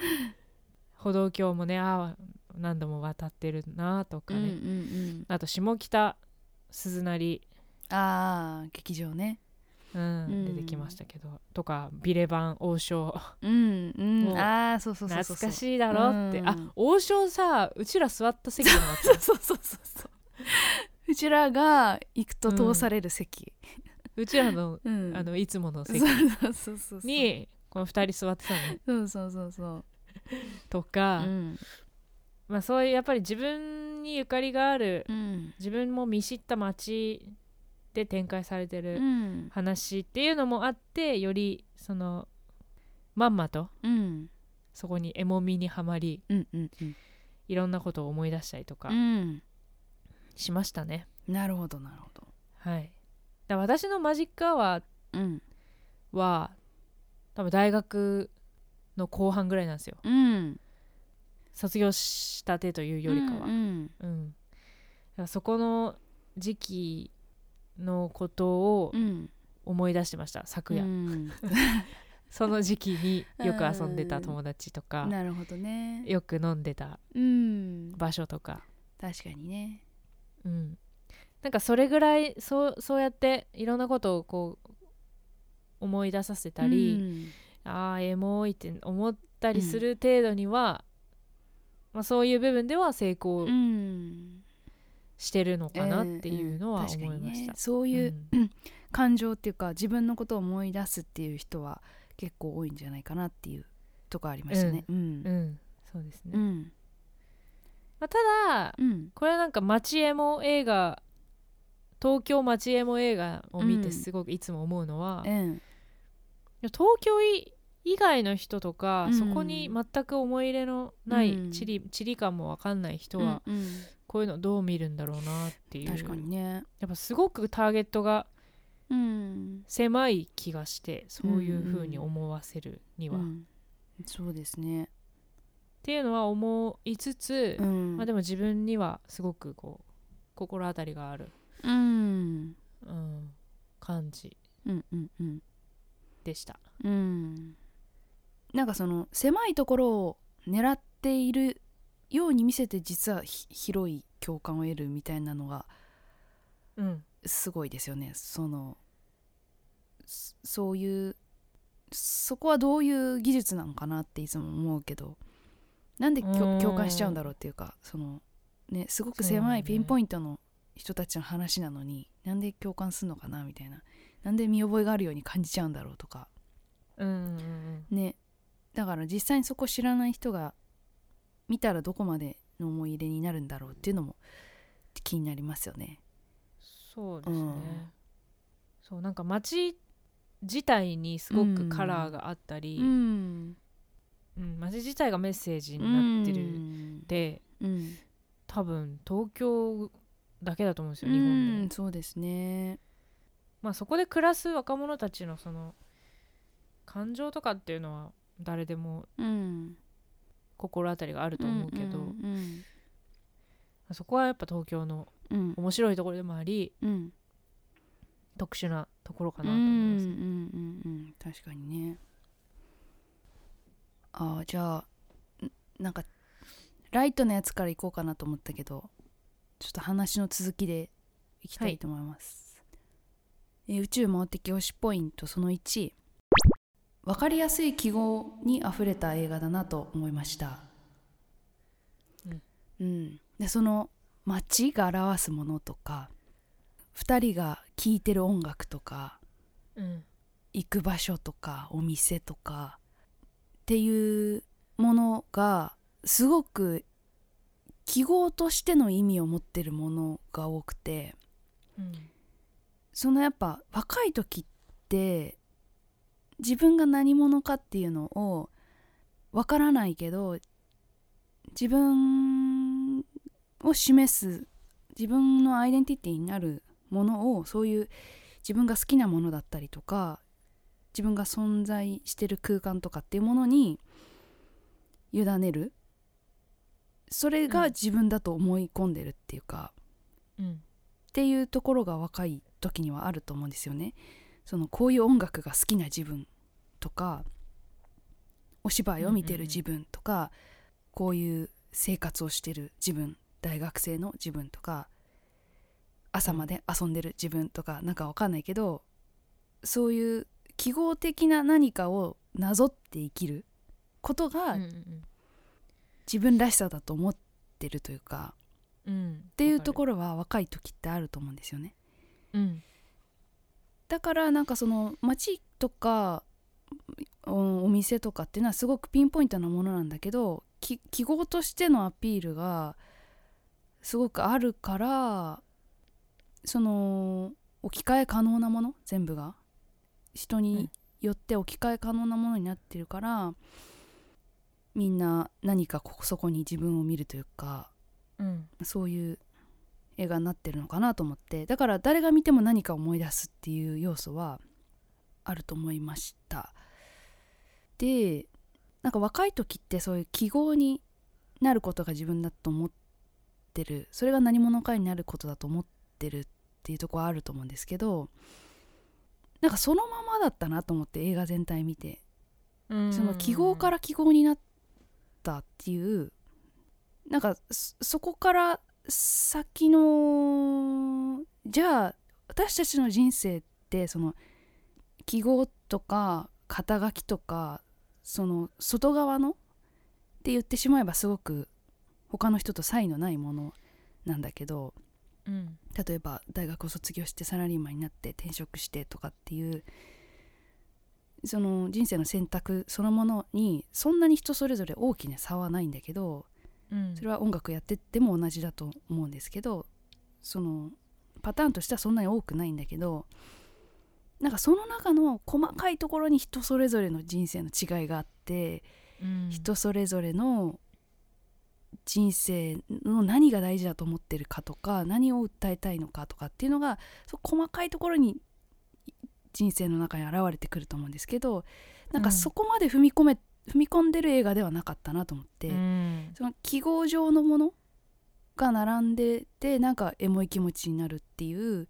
Speaker 2: 歩道橋もねああ何度も渡ってるなとか
Speaker 3: うんうん
Speaker 2: ね、
Speaker 3: うん
Speaker 2: あと下北鈴なり、
Speaker 3: ああ劇場ね
Speaker 2: うん
Speaker 3: うん
Speaker 2: 出てきましたけどとかビレ版王将
Speaker 3: うんう
Speaker 2: も
Speaker 3: ん
Speaker 2: う
Speaker 3: ああそうそうそう
Speaker 2: 懐
Speaker 3: そう
Speaker 2: かしいだろって、
Speaker 3: うん
Speaker 2: あ王将さうちら座った席になった
Speaker 3: そうそうそうそうそううちらが行くと通される席
Speaker 2: うちらの
Speaker 3: うん
Speaker 2: あのいつもの席
Speaker 3: そうそうそうそう
Speaker 2: にこの2人座ってたの
Speaker 3: そうそうそうそう
Speaker 2: と
Speaker 3: う
Speaker 2: か、
Speaker 3: ん
Speaker 2: まあそういうやっぱり自分にゆかりがある
Speaker 3: うん
Speaker 2: 自分も見知った街で展開されてる
Speaker 3: うん
Speaker 2: 話っていうのもあってよりそのまんまと
Speaker 3: うん
Speaker 2: そこにエモみにはまり
Speaker 3: うんうんうん
Speaker 2: いろんなことを思い出したりとか
Speaker 3: うん
Speaker 2: しましたね、
Speaker 3: なるほどなるほど
Speaker 2: はいだから私のマジックアワー
Speaker 3: うん
Speaker 2: は多分大学の後半ぐらいなんですよ
Speaker 3: うん
Speaker 2: 卒業したてというよりかは、
Speaker 3: うんうん
Speaker 2: うん、だからそこの時期のことを
Speaker 3: うん
Speaker 2: 思い出してました、昨夜、
Speaker 3: うん
Speaker 2: その時期によく遊んでた友達とか、
Speaker 3: なるほどね
Speaker 2: よく飲んでた
Speaker 3: うん
Speaker 2: 場所とか、
Speaker 3: 確かにね
Speaker 2: うん、なんかそれぐらいそうそうやっていろんなことをこう思い出させたり、ああエモいって思ったりする程度には、まあ、そういう部分では成
Speaker 3: う
Speaker 2: 功
Speaker 3: んうん
Speaker 2: してるのかなっていうのは
Speaker 3: んん
Speaker 2: 思いま
Speaker 3: 確かに
Speaker 2: し
Speaker 3: ね
Speaker 2: た。
Speaker 3: そういううん感情っていうか自分のことを思い出すっていう人は結構多いんじゃないかなっていうとこありましたねうん
Speaker 2: うん、そうですね、
Speaker 3: うん
Speaker 2: まあ、ただ
Speaker 3: うん
Speaker 2: これはなんか町エモ映画東京町エモ映画を見
Speaker 3: う
Speaker 2: て
Speaker 3: ん
Speaker 2: すごくいつも思うのは、
Speaker 3: うん
Speaker 2: 東京い以外の人とか、
Speaker 3: うん
Speaker 2: そこに全く思い入れのない
Speaker 3: うん
Speaker 2: 地理,、地理感もわかんない人は、
Speaker 3: うんうん
Speaker 2: こういうのどう見るんだろうなっていう
Speaker 3: 確かにね
Speaker 2: やっぱすごくターゲットが
Speaker 3: うん
Speaker 2: 狭い気がしてそういう風に思わせるには、っ
Speaker 3: うんそうですね
Speaker 2: ていうのは思いつつ、
Speaker 3: うん
Speaker 2: まあ、でも自分にはすごくこう心当たりがある、
Speaker 3: うん
Speaker 2: うん、感じ
Speaker 3: うんうんうん
Speaker 2: でした。
Speaker 3: うんなんかその狭いところを狙っているように見せて実はひ広い共感を得るみたいなのが
Speaker 2: うん
Speaker 3: すごいですよねそのそそういうそこはどういう技術なのかなっていつも思うけどなんできょ
Speaker 2: うん
Speaker 3: 共感しちゃうんだろうっていうかそのねすごく
Speaker 2: そう
Speaker 3: 狭
Speaker 2: だ
Speaker 3: い
Speaker 2: ね
Speaker 3: ピンポイントの人たちの話なのになんで共感するのかなみたいななんで見覚えがあるように感じちゃうんだろうとか
Speaker 2: うんうんうん
Speaker 3: ねだから実際にそこ知らない人が見たらどこまでの思い入れになるんだろうっていうのも気になりますよね。
Speaker 2: そうですね、
Speaker 3: うん
Speaker 2: そうなんか街自体にすごくカラーがあったり、うん
Speaker 3: ん、
Speaker 2: 街自体がメッセージになってるんで、
Speaker 3: うん
Speaker 2: 多分東京だけだと思うんですよ、
Speaker 3: う
Speaker 2: 日
Speaker 3: ん
Speaker 2: 本で、
Speaker 3: そうですね
Speaker 2: まあ、そこで暮らす若者たちのその感情とかっていうのは誰でも
Speaker 3: うん
Speaker 2: 心当たりがあると思うけど、
Speaker 3: うん
Speaker 2: そこはやっぱ東京の
Speaker 3: うん
Speaker 2: 面白いところでもあり
Speaker 3: うん
Speaker 2: 特殊なところか
Speaker 3: うんう
Speaker 2: な
Speaker 3: んう
Speaker 2: と思います、
Speaker 3: んうんうん確かにねああじゃあんなんかライトのやつからいこうかなと思ったけどちょっと話の続きでいきたいと思います、えー宇宙回ってき推しポイントその1分かりやすい記号にあふれた映画だなと思いました
Speaker 2: うん、
Speaker 3: うんでその街が表すものとか2人が聴いてる音楽とか
Speaker 2: うん
Speaker 3: 行く場所とかお店とかっていうものがすごく記号としての意味を持ってるものが多くて
Speaker 2: うん
Speaker 3: そのやっぱ若い時って自分が何者かっていうのをわからないけど自分を示す自分のアイデンティティになるものをそういう自分が好きなものだったりとか自分が存在してる空間とかっていうものに委ねるそれが自分だと思い込んでるっていうか、
Speaker 2: うん
Speaker 3: っていうところが若い時にはあると思うんですよね。そのこういう音楽が好きな自分とかお芝居を見てる自分とか、こういう生活をしてる自分大学生の自分とか朝まで遊んでる自分とかなんかわかんないけどそういう記号的な何かをなぞって生きることが
Speaker 2: うんうん
Speaker 3: 自分らしさだと思ってるというか、
Speaker 2: うんっ
Speaker 3: っていうと
Speaker 2: ろ、
Speaker 3: ころは若い時ってあると思うんですよね。
Speaker 2: うん、
Speaker 3: だからなんかその街とかうんお店とかっていうのはすごくピンポイントなものなんだけどき記号としてのアピールがすごくあるからその置き換え可能なもの全部が人
Speaker 2: う
Speaker 3: に
Speaker 2: ん
Speaker 3: よって置き換え可能なものになってるからみんな何かここそこに自分を見るというか
Speaker 2: うん
Speaker 3: そういう映画になってるのかなと思ってだから誰が見ても何か思い出すっていう要素はあると思いましたでなんか若い時ってそういう記号になることが自分だと思ってるそれが何者かになることだと思ってるっていうところはあると思うんですけどなんかそのままだったなと思って映画全体見て
Speaker 2: うん
Speaker 3: その記号からら記号になったっていうなんかそそこから先のじゃあ私たちの人生ってその記号とか肩書きとかその外側のって言ってしまえばすごく他の人と差異のないものなんだけど
Speaker 2: うん
Speaker 3: 例えば大学を卒業してサラリーマンになって転職してとかっていうその人生の選択そのものにそんなに人それぞれ大きな差はないんだけど
Speaker 2: うん
Speaker 3: それは音楽やってっても同じだと思うんですけどそのパターンとしてはそんなに多くないんだけどなんかその中の細かいところに人それぞれの人生の違いがあって
Speaker 2: うん
Speaker 3: 人それぞれの人生の何が大事だと思ってるかとか何を訴えたいのかとかっていうのがそう細かいところに人生の中に現れてくると思うんですけどなん
Speaker 2: う
Speaker 3: か
Speaker 2: ん
Speaker 3: そこまで踏み込め、踏み込んでる映画ではなかったなと思って、
Speaker 2: うん
Speaker 3: その記号上のものが並んでてなんかエモい気持ちになるっていう、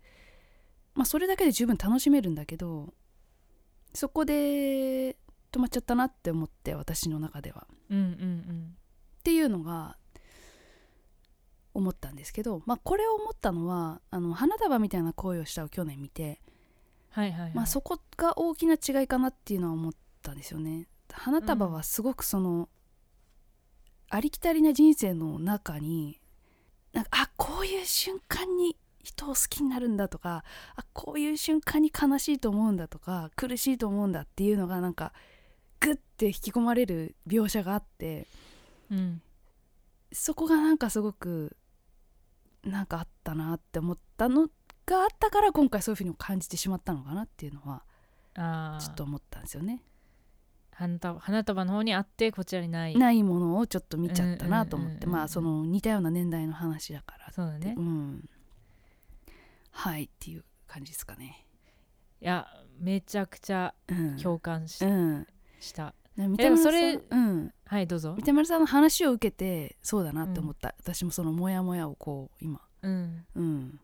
Speaker 3: まあ、それだけで十分楽しめるんだけどそこで止まっちゃったなって思って私の中では。
Speaker 2: うんうん
Speaker 3: っていうのが思ったんですけど、まあ、これを思ったのはあの花束みたいな恋をしたを去年見て、
Speaker 2: はいはいはい
Speaker 3: まあ、そこが大きな違いかなっていうのは思ったんですよね。花束はすごくその、ありきたりな人生の中になんかあこういう瞬間に人を好きになるんだとかあこういう瞬間に悲しいと思うんだとか苦しいと思うんだっていうのがなんかグッて引き込まれる描写があって。
Speaker 2: うん
Speaker 3: そこがなんかすごくなんかあったなって思ったのがあったから今回そういうふうにも感じてしまったのかなっていうのは
Speaker 2: ああ
Speaker 3: ちょっと思ったんですよね。
Speaker 2: 花束花束の方にあってこちらにない
Speaker 3: ないものをちょっと見ちゃったなと思っ
Speaker 2: うんうんうん
Speaker 3: て
Speaker 2: うん
Speaker 3: まあその似たような年代の話だから
Speaker 2: そうだね
Speaker 3: うん、はいっていう感じですかね。
Speaker 2: いやめちゃくちゃ
Speaker 3: うん、
Speaker 2: 共感し,、
Speaker 3: うん、
Speaker 2: した
Speaker 3: な三
Speaker 2: で
Speaker 3: 田
Speaker 2: も
Speaker 3: 村さん
Speaker 2: それ
Speaker 3: うん、
Speaker 2: はいどうぞ
Speaker 3: 三田村さんの話を受けてそうだなって思った、私もそのモヤモヤをこう今、
Speaker 2: うん
Speaker 3: うん、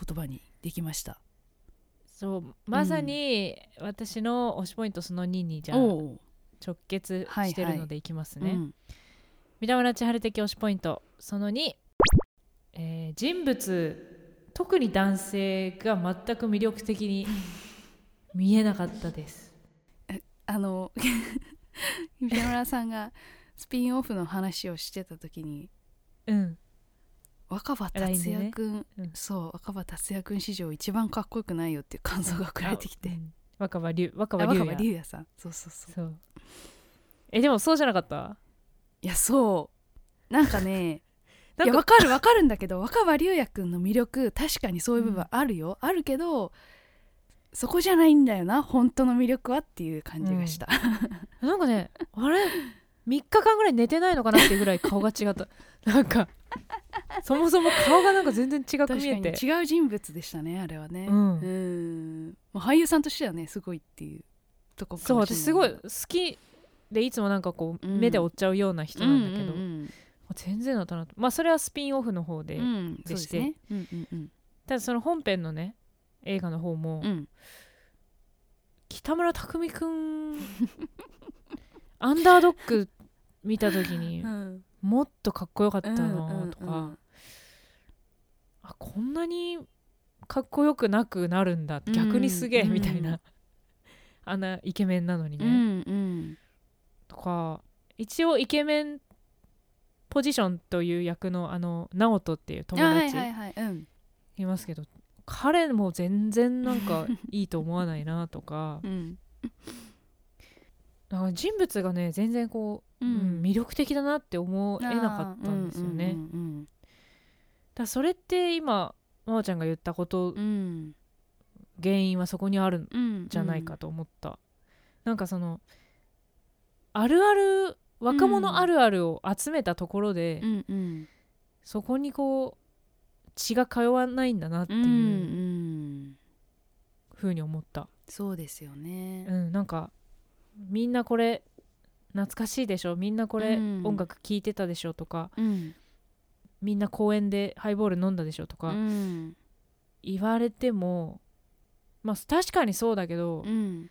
Speaker 3: 言葉にできました。
Speaker 2: そうまさに私の推しポイントその2にじゃあ
Speaker 3: おう
Speaker 2: 直結してるのでいきますね、
Speaker 3: うん
Speaker 2: 三田村千春的推しポイントその2、えー人物特に男性が全く魅力的 に見えなかったです
Speaker 3: あの 三田村さんがスピンオフの話をしてた時に
Speaker 2: うん
Speaker 3: 若葉達也く
Speaker 2: で
Speaker 3: ん、
Speaker 2: ねうん
Speaker 3: そう若葉達也くん史上一番かっこよくないよっていう感想が送られてきて、
Speaker 2: あ
Speaker 3: あ
Speaker 2: うん若葉龍若葉
Speaker 3: 若
Speaker 2: 龍
Speaker 3: 葉龍
Speaker 2: 也
Speaker 3: 也さんそうそうそう
Speaker 2: そうえでもそうじゃなかった
Speaker 3: いやそうなんかね
Speaker 2: ないん
Speaker 3: や
Speaker 2: か
Speaker 3: わかるわかるんだけど若葉龍也くんの魅力確かにそういう部分あるよ、あるけどそこじゃないんだよな本当の魅力はっていう感じがした、
Speaker 2: なんかねあれ3日間ぐらい寝てないのかなっていうぐらい顔が違ったなんかそもそも顔がなんか全然違く
Speaker 3: 確
Speaker 2: 見
Speaker 3: か
Speaker 2: え
Speaker 3: に
Speaker 2: て
Speaker 3: 違う人物でしたねあれはね
Speaker 2: うん
Speaker 3: うんもう俳優さんとしてはねすごいっていうとこか
Speaker 2: そう
Speaker 3: もしれ
Speaker 2: 私
Speaker 3: ない
Speaker 2: すごい好きでいつもなんかこう
Speaker 3: うん
Speaker 2: 目で追っちゃうような人
Speaker 3: う
Speaker 2: なん
Speaker 3: ん
Speaker 2: だけど、
Speaker 3: うんうん
Speaker 2: 全然だったなとまあそれはスピンオフの方で、
Speaker 3: うん
Speaker 2: で
Speaker 3: そうで
Speaker 2: し
Speaker 3: す
Speaker 2: て
Speaker 3: ねうんうんうん
Speaker 2: ただその本編のね映画の方も、
Speaker 3: うん
Speaker 2: 北村匠海くん アンダードッグ見た時に
Speaker 3: うん
Speaker 2: もっとかっこよかったな
Speaker 3: うん
Speaker 2: とか、あこんなにかっこよくなくなるんだ
Speaker 3: うん
Speaker 2: 逆にすげえ
Speaker 3: うん
Speaker 2: みたいな、あんなイケメンなのに
Speaker 3: う
Speaker 2: ね、
Speaker 3: んうん
Speaker 2: とか一応イケメンポジションという役のあの直人っていう友
Speaker 3: あはい
Speaker 2: 達
Speaker 3: はいはいうん
Speaker 2: いますけど、彼も全然なん かいいと思わないなとか
Speaker 3: うん
Speaker 2: なんか人物がね全然こう、
Speaker 3: うん
Speaker 2: うん魅力的だなって思えなかったんですよね。
Speaker 3: うんうん
Speaker 2: だからそれって今真央ちゃんが言ったこと
Speaker 3: うんうん
Speaker 2: 原因はそこにあるん
Speaker 3: うん
Speaker 2: じゃないかと思った、なんかそのあるある若
Speaker 3: うん
Speaker 2: 者あるあるを集めたところで、
Speaker 3: うんうん
Speaker 2: そこにこう血が通わないんだなって
Speaker 3: うんう
Speaker 2: いうんふうに思った、
Speaker 3: そうですよね
Speaker 2: うんなんかみんなこれ懐かしいでしょみんなこれ
Speaker 3: うん
Speaker 2: 音楽聴いてたでしょとか、
Speaker 3: うん
Speaker 2: みんな公園でハイボール飲んだでしょと
Speaker 3: う
Speaker 2: か
Speaker 3: ん
Speaker 2: 言われても、まあ確かにそうだけど、
Speaker 3: うん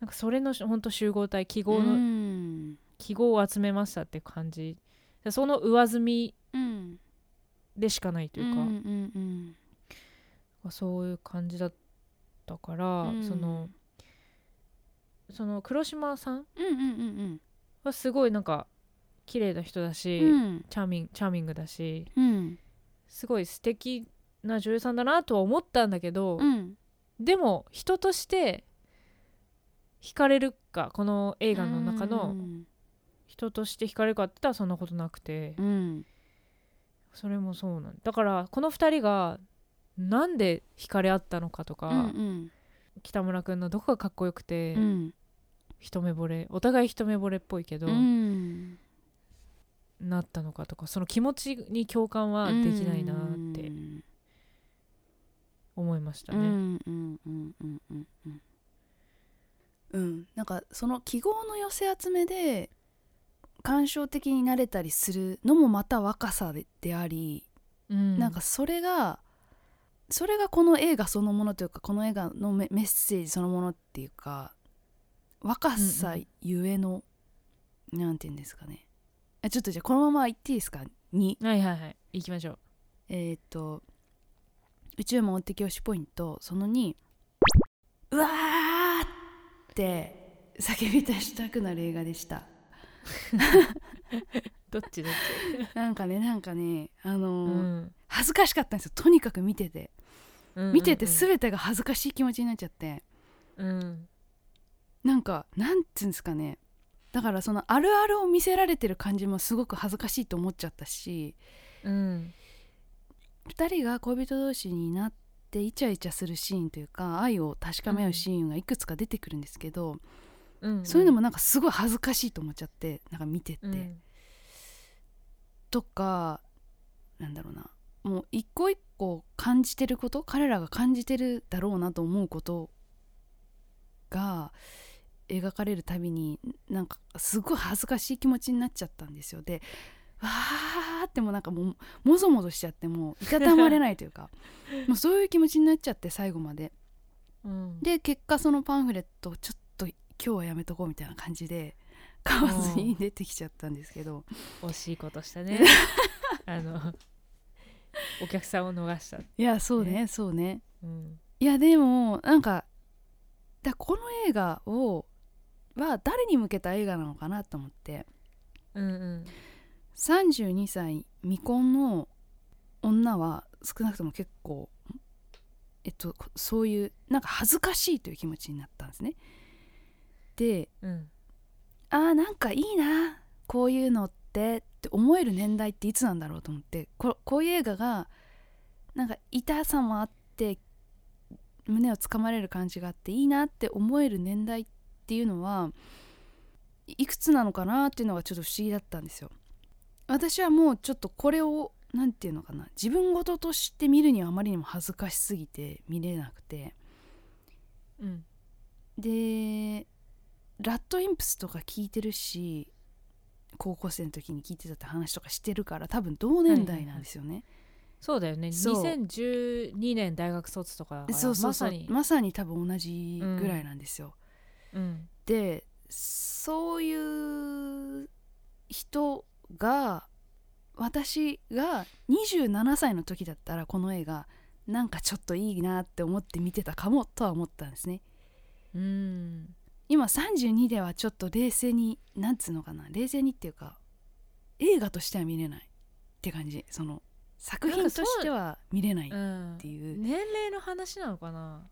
Speaker 2: なんかそれの本当集合体記号
Speaker 3: う
Speaker 2: の、
Speaker 3: ん
Speaker 2: 記号を集めましたって感じでその上積み
Speaker 3: うん
Speaker 2: でしかないというか、
Speaker 3: うんうんうん
Speaker 2: そういう感じだったから、
Speaker 3: うん
Speaker 2: そのその黒島さん
Speaker 3: うんうんうん
Speaker 2: はすごいなんか綺麗な人だし、
Speaker 3: うん
Speaker 2: チャーミングチャーミングだし
Speaker 3: うん
Speaker 2: すごい素敵な女優さんだなとは思ったんだけど、
Speaker 3: うん
Speaker 2: でも人として惹かれるかこの映画の中
Speaker 3: う
Speaker 2: の
Speaker 3: ん
Speaker 2: 人として惹かれるかって言ったらそんなことなくて、
Speaker 3: うん
Speaker 2: それもそうなんだからこの2人がなんで惹かれ合ったのかとか、
Speaker 3: うん
Speaker 2: 北村君のどこがかっこよくて、
Speaker 3: うん
Speaker 2: 一目惚れお互い一目惚れっぽいけど、
Speaker 3: うん
Speaker 2: なったのかとかその気持ちに共感はできないなって思いました
Speaker 3: う
Speaker 2: ね。
Speaker 3: んうんうんうんうんうんうんなんかその記号の寄せ集めで感傷的になれたりするのもまた若さでであり、
Speaker 2: うん
Speaker 3: なんかそれがそれがこの映画そのものというかこの映画のメメッセージそのものっていうか若さゆえの、なんて言うんですかねあちょっとじゃあこのまま言っていいですかに
Speaker 2: はいはいはい行きましょう。
Speaker 3: えーっと宇宙も追って教師ポイントその2うわーって叫び出したくなる映画でした
Speaker 2: どっちどっ
Speaker 3: なんかねなんかねあの
Speaker 2: ち、う
Speaker 3: ー
Speaker 2: ん
Speaker 3: 恥ずかしかったんですよとにかく見てて
Speaker 2: うん
Speaker 3: 見てて全てが恥ずかしい気持ちになっちゃって
Speaker 2: うん
Speaker 3: なんかなんていうんですかねだからそのあるあるを見せられてる感じもすごく恥ずかしいと思っちゃったし
Speaker 2: うん
Speaker 3: 2人が恋人同士になってイチャイチャするシーンというか愛を確かめ合うシーンがいくつか出てくるんですけど、
Speaker 2: うん
Speaker 3: そういうのもなんかすごい恥ずかしいと思っちゃってなんか見てて、
Speaker 2: うん
Speaker 3: とかなんだろうなもう一個一個感じてること彼らが感じてるだろうなと思うことが描かれるたびになんかすごい恥ずかしい気持ちになっちゃったんですよでわーってもうなんかもうもぞもぞしちゃってもういたたまれないというかもうそういう気持ちになっちゃって最後まで
Speaker 2: うん
Speaker 3: で結果そのパンフレットちょっと今日はやめとこうみたいな感じで買わずに出てきちゃったんですけど
Speaker 2: 惜しいことしたね あのお客さんを逃した、
Speaker 3: いやそうねそうね
Speaker 2: うん、
Speaker 3: いやでもなんかだこの映画をは誰に向けた映画なのかなと思って
Speaker 2: うんうん
Speaker 3: 32歳未婚の女は少なくとも結構えっとそういうなんか恥ずかしいという気持ちになったんですねで
Speaker 2: うん
Speaker 3: あーなんかいいなこういうのってって思える年代っていつなんだろうと思ってここういう映画がなんか痛さもあって胸をつかまれる感じがあっていいなって思える年代っていうのはいいくつなのかなっていうのがちょっと不思議だったんですよ。私はもうちょっとこれを何て言うのかな自分事として見るにはあまりにも恥ずかしすぎて見れなくて。
Speaker 2: うん
Speaker 3: でラッドインプスとか聞いてるし高校生の時に聞いてたって話とかしてるから多分同年代なんですよね、
Speaker 2: そうだよね
Speaker 3: そう
Speaker 2: 2012年大学卒とかだから
Speaker 3: そうそう
Speaker 2: ま
Speaker 3: そう
Speaker 2: さ
Speaker 3: まさ
Speaker 2: に、
Speaker 3: に多分同じぐらいなんですよ、
Speaker 2: うん
Speaker 3: でそういう人が私が27歳の時だったらこの映画なんかちょっといいなって思って見てたかもとは思ったんですね
Speaker 2: うん
Speaker 3: 今32ではちょっと冷静になんつうのかな冷静にっていうか映画としては見れないって感じその作品としては見れないっ
Speaker 2: うん
Speaker 3: ていう
Speaker 2: 年齢の話なのかな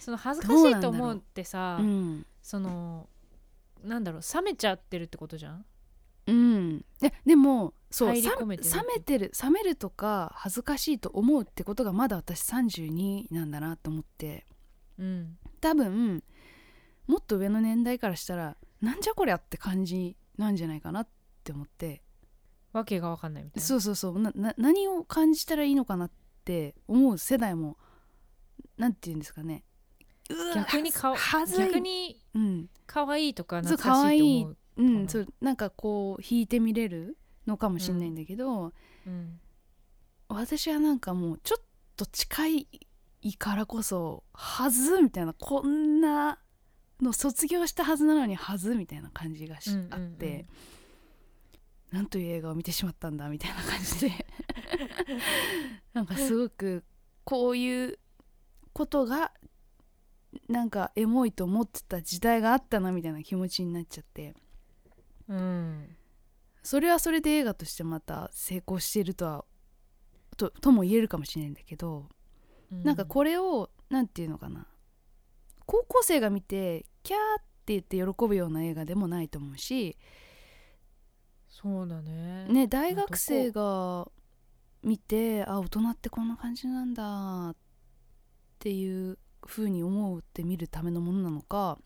Speaker 2: その恥ずか
Speaker 3: ど
Speaker 2: し
Speaker 3: うなん
Speaker 2: い
Speaker 3: だ
Speaker 2: と
Speaker 3: ろう
Speaker 2: 思うってさ
Speaker 3: うん、
Speaker 2: そのなんだろう冷めちゃってるってことじゃん
Speaker 3: うん、ででもそう
Speaker 2: 入り
Speaker 3: さ
Speaker 2: 込
Speaker 3: 冷め
Speaker 2: めてるっていう
Speaker 3: てる冷めるとか恥ずかしいと思うってことがまだ私32なんだなと思って
Speaker 2: うん
Speaker 3: 多分もっと上の年代からしたらなんじゃこりゃって感じなんじゃないかなって思って
Speaker 2: わけがわかんないみたいな
Speaker 3: そうそうそうなな何を感じたらいいのかなって思う世代もなんて言うんですかねうわ
Speaker 2: 逆にかわ
Speaker 3: はずい
Speaker 2: 逆に
Speaker 3: うん、
Speaker 2: 可愛いとか
Speaker 3: そう
Speaker 2: 懐かしいと思う
Speaker 3: う、
Speaker 2: かなん
Speaker 3: そうなんかこう引いてみれるのかもしれないんだけど、
Speaker 2: うん
Speaker 3: 私はなんかもうちょっと近いからこそ「はず」みたいなこんなの卒業したはずなのに「はず」みたいな感じがし、
Speaker 2: うんうんうん
Speaker 3: あってなんという映画を見てしまったんだみたいな感じ でなんかすごくこういうことがなんかエモいと思ってた時代があったなみたいな気持ちになっちゃって
Speaker 2: うん
Speaker 3: それはそれで映画としてまた成功しているとはととも言えるかもしれないんだけど。なんかこれをなんていうのかな高校生が見てキャーって言って喜ぶような映画でもないと思うし、
Speaker 2: そうだね
Speaker 3: ね、大学生が見てあ大人ってこんな感じなんだっていう風に思うって見るためのものなのか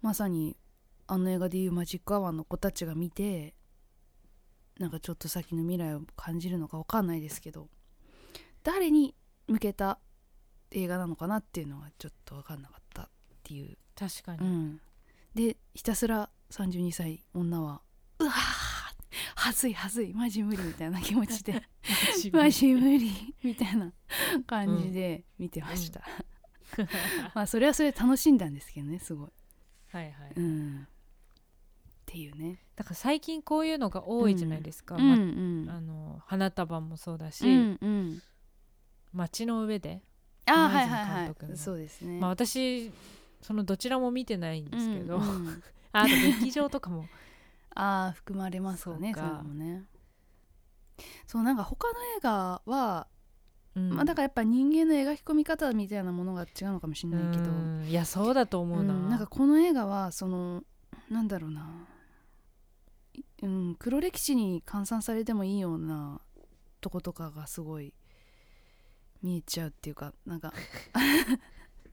Speaker 3: まさにあの映画でいうマジックアワーの子たちが見てなんかちょっと先の未来を感じるのかわかんないですけど誰に向けた映画なのかなっていうのがちょっと分かんなかったっていう
Speaker 2: 確かに、
Speaker 3: うん、でひたすら32歳女はうわーはずいはずいマジ無理みたいな気持ちで マジ無理みたいな感じで見てました、まあそれはそれで楽しんだんですけどねすごい、
Speaker 2: はいはい
Speaker 3: うん、っていうね
Speaker 2: だから最近こういうのが多いじゃないですか、
Speaker 3: うんう
Speaker 2: ま
Speaker 3: ん
Speaker 2: あの花束もそうだし、
Speaker 3: うんうん
Speaker 2: 街の上で、
Speaker 3: あーは
Speaker 2: 今
Speaker 3: いはい
Speaker 2: 泉監
Speaker 3: は
Speaker 2: 督
Speaker 3: い
Speaker 2: の
Speaker 3: そうですね、
Speaker 2: まあ私そのどちらも見てないんですけど、
Speaker 3: うん
Speaker 2: ああと劇場とかも
Speaker 3: ああ含まれますかね
Speaker 2: そ
Speaker 3: そう
Speaker 2: か
Speaker 3: ういうのもねそうなんか他の映画は
Speaker 2: うん
Speaker 3: まあ、だからやっぱ人間の描き込み方みたいなものが違うのかもしれないけど、
Speaker 2: うんいやそうだと思うな、
Speaker 3: うんなんかこの映画はそのなんだろうな、いうん、黒歴史に換算されてもいいようなとことかがすごい見えちゃうっていうかなんか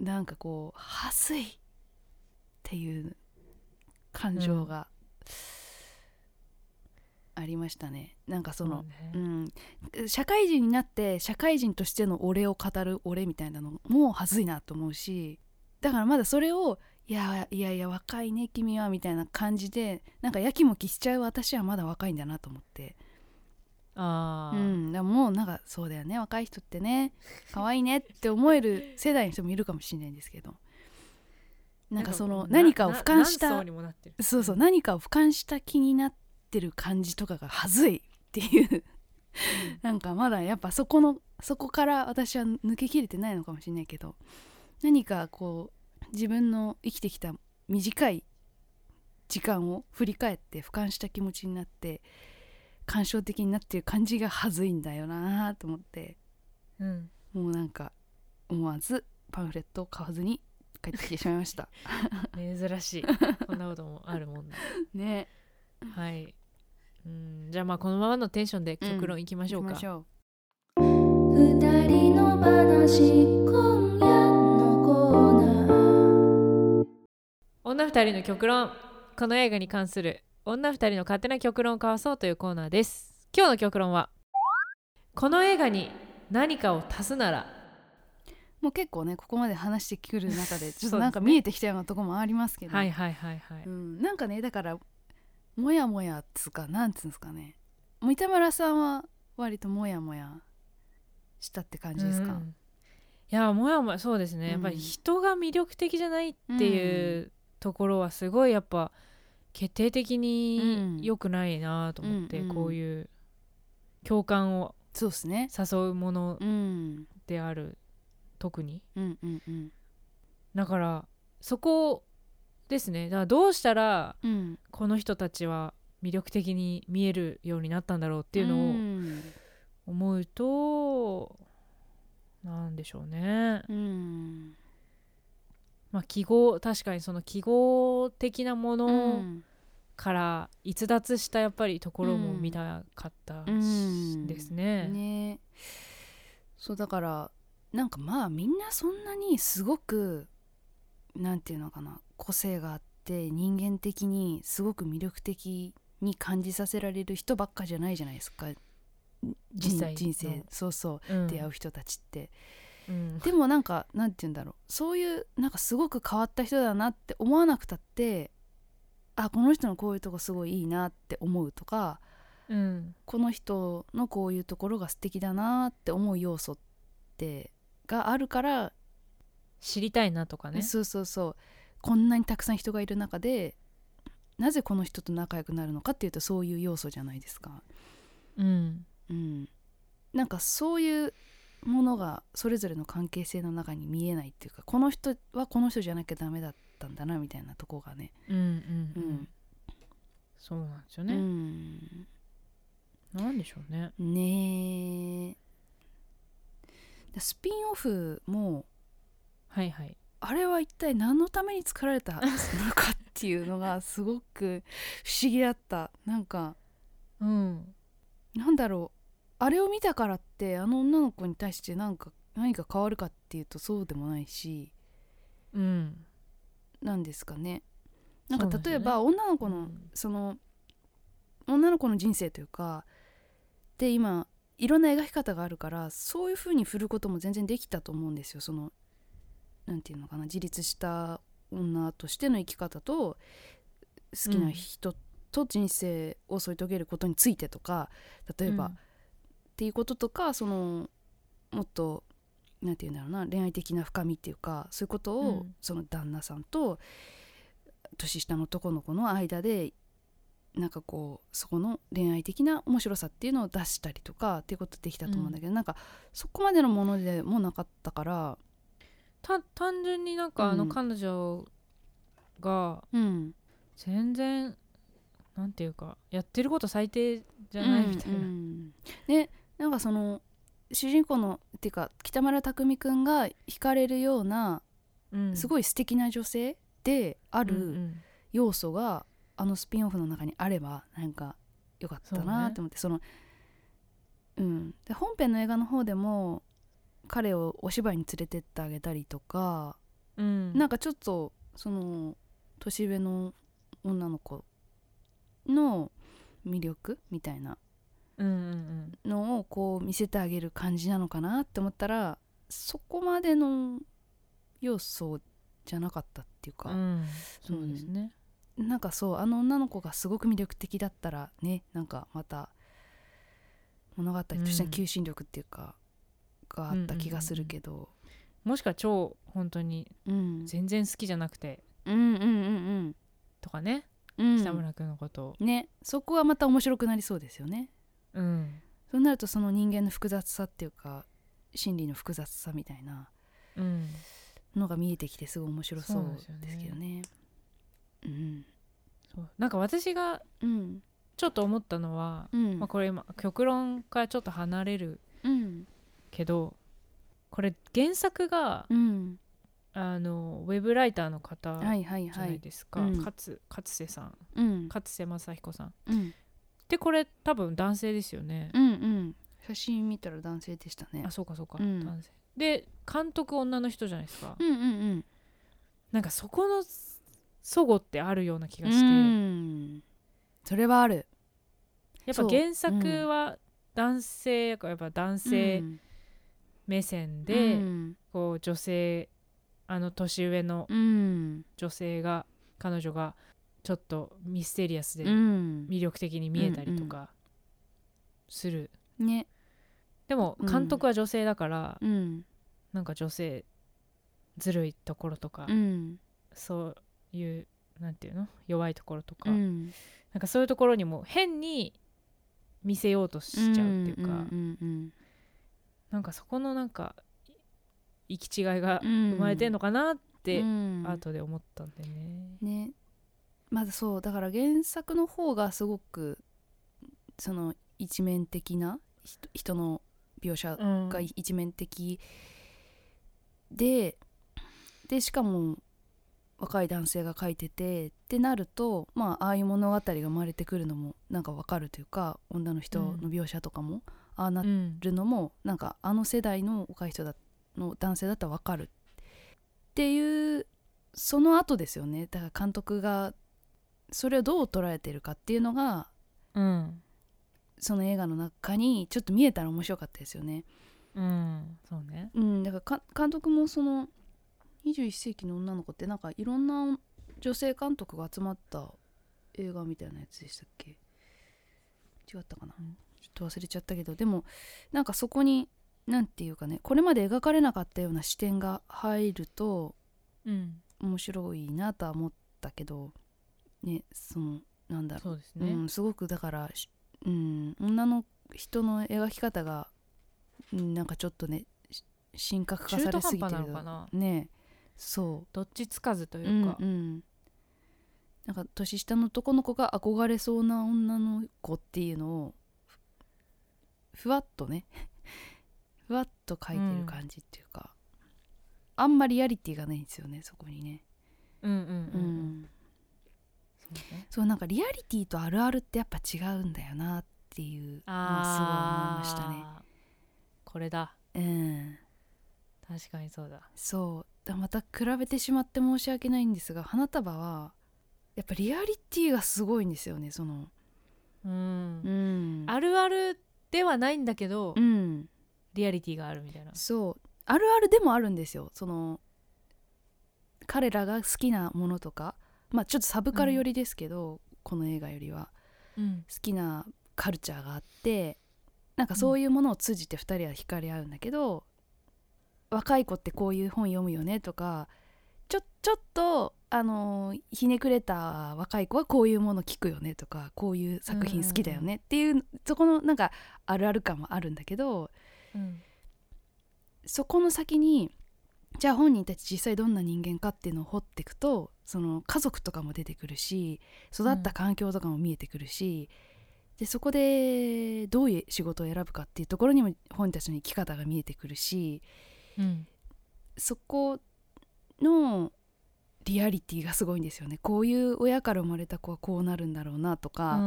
Speaker 3: なんかこう「はすい!」っていう感情がありましたね。なんかその、
Speaker 2: ね
Speaker 3: うん、社会人になって社会人としての俺を語る俺みたいなのも恥ずいなと思うしだからまだそれをいやいやいや若いね君はみたいな感じでなんかやきもきしちゃう私はまだ若いんだなと思って
Speaker 2: あ
Speaker 3: う
Speaker 2: ー、
Speaker 3: んだからもうなんかそうだよね若い人ってね可愛いねって思える世代の人もいるかもしれないんですけどなんかその
Speaker 2: な
Speaker 3: 何かを俯瞰し
Speaker 2: な
Speaker 3: た
Speaker 2: 何層にもなってる
Speaker 3: そうそう何かを俯瞰した気になってる感じとかがはずいっていうなんかまだやっぱそこのそこから私は抜けきれてないのかもしれないけど何かこう自分の生きてきた短い時間を振り返って俯瞰した気持ちになって感傷的になってる感じがはずいんだよなと思って
Speaker 2: うん
Speaker 3: もうなんか思わずパンフレットを買わずに帰ってきてしまいました
Speaker 2: 珍 しいこんなこともあるもんだ
Speaker 3: ね
Speaker 2: はいうんじゃあまあこのままのテンションで極論いきましょうか、
Speaker 3: 行きましょう
Speaker 1: 二人の話今夜のコーナー
Speaker 2: 女二人の極論この映画に関する女二人の勝手な極論を交わそうというコーナーです今日の極論はこの映画に何かを足すなら
Speaker 3: もう結構ねここまで話してくる
Speaker 2: そ
Speaker 3: 中でちょっ
Speaker 2: うです
Speaker 3: と
Speaker 2: ね
Speaker 3: なんか見えてきたようなとこもありますけど
Speaker 2: はいはいはいはい、
Speaker 3: うん、なんかねだからもやもやっつうかなんつうんですかね三田村さんは割ともやもやしたって感じですか、
Speaker 2: うんいやもやもやそうですね、
Speaker 3: うん
Speaker 2: やっぱり人が魅力的じゃないっていうところはすごいやっぱ決定的に良くないなと思って、
Speaker 3: うんうん
Speaker 2: こういう共感を
Speaker 3: そうですね
Speaker 2: 誘うもの
Speaker 3: うん
Speaker 2: である特に
Speaker 3: うんうんうん
Speaker 2: だからそこですねだからどうしたら
Speaker 3: うんっ
Speaker 2: この人たちは魅力的に見えるようになったんだろうって
Speaker 3: て
Speaker 2: いうのを思うと、なんでしょうね
Speaker 3: うん
Speaker 2: まあ記号確かにその記号的なも
Speaker 3: う
Speaker 2: の
Speaker 3: ん
Speaker 2: から逸脱したやっぱりところも見たかったし
Speaker 3: うん
Speaker 2: ですね。
Speaker 3: ねそうだからなんかまあみんなそんなにすごくなんていうのかな個性があって人間的にすごく魅力的に感じさせられる人ばっかじゃないじゃないですか人
Speaker 2: 実際の
Speaker 3: 人生そうそう
Speaker 2: うん
Speaker 3: 出会う人たちって、
Speaker 2: うん
Speaker 3: でもなんかなんて言うんだろうそういうなんかすごく変わった人だなって思わなくたってあこの人のこういうとこすごいいいなって思うとか
Speaker 2: うん
Speaker 3: この人のこういうところが素敵だなって思う要素ってがあるから
Speaker 2: 知りたいなとかね
Speaker 3: そうそうそうこんなにたくさん人がいる中でなぜこの人と仲良くなるのかっていうとそういう要素じゃないですか。
Speaker 2: うん
Speaker 3: うん、なんかそういうものがそれぞれの関係性の中に見えないっていうかこの人はこの人じゃなきゃダメだったんだなみたいなとこがね。
Speaker 2: うんうん
Speaker 3: う
Speaker 2: うんんそうなんですよ
Speaker 3: う
Speaker 2: ね
Speaker 3: ん
Speaker 2: なんでしょうね
Speaker 3: ねえスピンオフも
Speaker 2: はいはい
Speaker 3: あれは一体何のために作られたのかっていうのがすごく不思議だったなんか
Speaker 2: うん
Speaker 3: なんだろうあれを見たからってあの女の子に対してなんか何か変わるかっていうとそうでもないし
Speaker 2: うん
Speaker 3: なんですかねなん
Speaker 2: そうな
Speaker 3: か
Speaker 2: んです
Speaker 3: 例え
Speaker 2: よね
Speaker 3: ば、女の子の、
Speaker 2: うん
Speaker 3: その女の子の人生というかで今いろんな描き方があるからそういう風に振ることも全然できたと思うんですよそのなんていうのかな自立した女としての生き方と好きな人と人生を添い遂げることについてとか例えば、っていうこととかそのもっとなんて言うんだろうな恋愛的な深みっていうかそういうことを、
Speaker 2: うん
Speaker 3: その旦那さんと年下の男の子の間でなんかこうそこの恋愛的な面白さっていうのを出したりとかっていうことできたと思うんだけど、なんかそこまでのものでもなかったから、
Speaker 2: た単純になんかあ
Speaker 3: う
Speaker 2: の
Speaker 3: ん
Speaker 2: 彼女が
Speaker 3: うん、
Speaker 2: 全然なんていうかやってること最低じゃないみたいな、
Speaker 3: うんうんねなんかその主人公のっていうか北村匠海くんが惹かれるような
Speaker 2: うん
Speaker 3: す
Speaker 2: い
Speaker 3: ごい素敵な女性であ
Speaker 2: あ
Speaker 3: る、要素があのスピンオフの中にあればなんか良かったなと思ってそ,、のうんで本編の映画の方でも彼をお芝居に連れてってあげたりとか、
Speaker 2: うん
Speaker 3: なんかちょっとその年上の女の子の魅力みたいな
Speaker 2: うんうん
Speaker 3: のをこう見せてあげる感じなのかなって思ったらそこまでの要素じゃなかったっていう
Speaker 2: う
Speaker 3: か、
Speaker 2: んうんそうですね、
Speaker 3: なんかそうあの女の子がすごく魅力的だったらねなんかまた物語としての求心力っていうか、があった気がするけど、
Speaker 2: もしくは超本当に
Speaker 3: うんうん、
Speaker 2: 全然好きじゃなくて
Speaker 3: うんうんうん
Speaker 2: とかね
Speaker 3: うん
Speaker 2: 北村君のことを
Speaker 3: ねそこはまた面白くなりそうですよね
Speaker 2: うん
Speaker 3: そうなるとその人間の複雑さっていうか心理の複雑さみたいな
Speaker 2: うん
Speaker 3: のが見えてきてすごい面白そうですけどねうん
Speaker 2: そうなんか私が
Speaker 3: うん
Speaker 2: ちょっと思ったのは、
Speaker 3: うん
Speaker 2: まあ、これ今極論からちょっと離れる
Speaker 3: うん
Speaker 2: けどこれ原作が
Speaker 3: うん
Speaker 2: あのウェブライターの方
Speaker 3: はいはい
Speaker 2: じゃ
Speaker 3: は
Speaker 2: ない
Speaker 3: い
Speaker 2: ですか、
Speaker 3: うん
Speaker 2: 勝勝瀬さん
Speaker 3: うん
Speaker 2: 勝瀬正彦さん
Speaker 3: うん
Speaker 2: でこれ多分男性ですよね、
Speaker 3: うんうん写真見たら男性でしたね
Speaker 2: あそうかそうか、
Speaker 3: うん
Speaker 2: 男性で監督女の人じゃないですか、
Speaker 3: うんうん
Speaker 2: なんかそこのそごってあるような気
Speaker 3: う
Speaker 2: がして、
Speaker 3: んそれはある
Speaker 2: やっ
Speaker 3: そ
Speaker 2: ぱ
Speaker 3: う
Speaker 2: 原作は男性やからやっぱ男性目線で、
Speaker 3: うん
Speaker 2: こう女性あの年上の
Speaker 3: うん
Speaker 2: 女性が彼女がちょっとミステリアスで
Speaker 3: うん
Speaker 2: 魅力的に見えたりとかする、
Speaker 3: ね
Speaker 2: でも
Speaker 3: うん
Speaker 2: 監督は女性だから、
Speaker 3: うん
Speaker 2: なんか女性ずるいところとか、
Speaker 3: うん
Speaker 2: そういうなんていうの弱いところとか、
Speaker 3: うん
Speaker 2: なんかそういうところにも変に見せようとしちゃうっていうか、
Speaker 3: んうん
Speaker 2: なんかそこのなんかい行き違いが
Speaker 3: うん
Speaker 2: 生まれてんのかなっ
Speaker 3: う
Speaker 2: て
Speaker 3: ん
Speaker 2: 後で思ったんでね、
Speaker 3: ねまずそうだから原作の方がすごくその一面的な人人の描写
Speaker 2: うん
Speaker 3: が一面的ででしかも若い男性が書いててってなるとまあああいう物語が生まれてくるのもなんかわかるというか女の人の描写とかも、ああな
Speaker 2: うん
Speaker 3: るのもなんかあの世代の若い人だの男性だったらわかるっていうその後ですよねだから監督がそれをどう捉えてるかっていうのが
Speaker 2: うん
Speaker 3: その映画の中にちょっと見えたら面白かったですよね。
Speaker 2: うんそうね
Speaker 3: うん、だからか監督もその21世紀の女の子ってなんかいろんな女性監督が集まった映画みたいなやつでしたっけ違ったかな、
Speaker 2: うん
Speaker 3: ちょっと忘れちゃったけどでもなんかそこに何て言うかねこれまで描かれなかったような視点が入ると
Speaker 2: うん
Speaker 3: 面白いなとは思ったけどねそのなんだろう
Speaker 2: そうです
Speaker 3: う
Speaker 2: ね
Speaker 3: ん、すごくだから、しうん、女の人の描き方がうんなんかちょっとねし神格化
Speaker 2: 中
Speaker 3: さ
Speaker 2: 途
Speaker 3: れ
Speaker 2: 半
Speaker 3: すぎ
Speaker 2: 端
Speaker 3: て
Speaker 2: なの
Speaker 3: る
Speaker 2: かな
Speaker 3: ねそ
Speaker 2: どっちつかずと
Speaker 3: う
Speaker 2: いうか
Speaker 3: うんうんなんか年下の男の子が憧れそうな女の子っていうのをふふわっとね ふわっと描いてる感じっていうか、あんまりリアリティがないんですよねそこにね。
Speaker 2: うんうん
Speaker 3: う
Speaker 2: うんんうんそうね
Speaker 3: そうなんかリアリティとあるあるってやっぱ違うんだよなっていうのは
Speaker 2: あ
Speaker 3: すごい思い
Speaker 2: ー
Speaker 3: ま
Speaker 2: これだ
Speaker 3: したね。うん、
Speaker 2: 確かにそうだ
Speaker 3: そうだまた比べてしまって申し訳ないんですが花束はやっぱリアリティがすごいんですよねその。
Speaker 2: うん
Speaker 3: うん
Speaker 2: あるあるではないんだけど、
Speaker 3: うん、
Speaker 2: リアリティがあるみたいな
Speaker 3: そうあるあるでもあるんですよその彼らが好きなものとかまあちょっとサブカル寄りですけど、この映画よりは。
Speaker 2: うん
Speaker 3: 好きなカルチャーがあってなんかそういうものを通じて2人は惹かれ合うんだけど、若い子ってこういう本読むよねとかちょちょっとあのーひねくれた若い子はこういうもの聞くよねとかこういう作品好きだよねっていう,、そこのなんかあるある感もあるんだけど
Speaker 2: うん
Speaker 3: そこの先にじゃあ本人たち実際どんな人間かっていうのを掘っていくとその家族とかも出てくるし育った環境とかも見えてくるし、でそこでどういう仕事を選ぶかっていうところにも本人たちの生き方が見えてくるし
Speaker 2: うん
Speaker 3: そこのリアリティがすごいんですよねこういう親から生まれた子はこうなるんだろうなとか、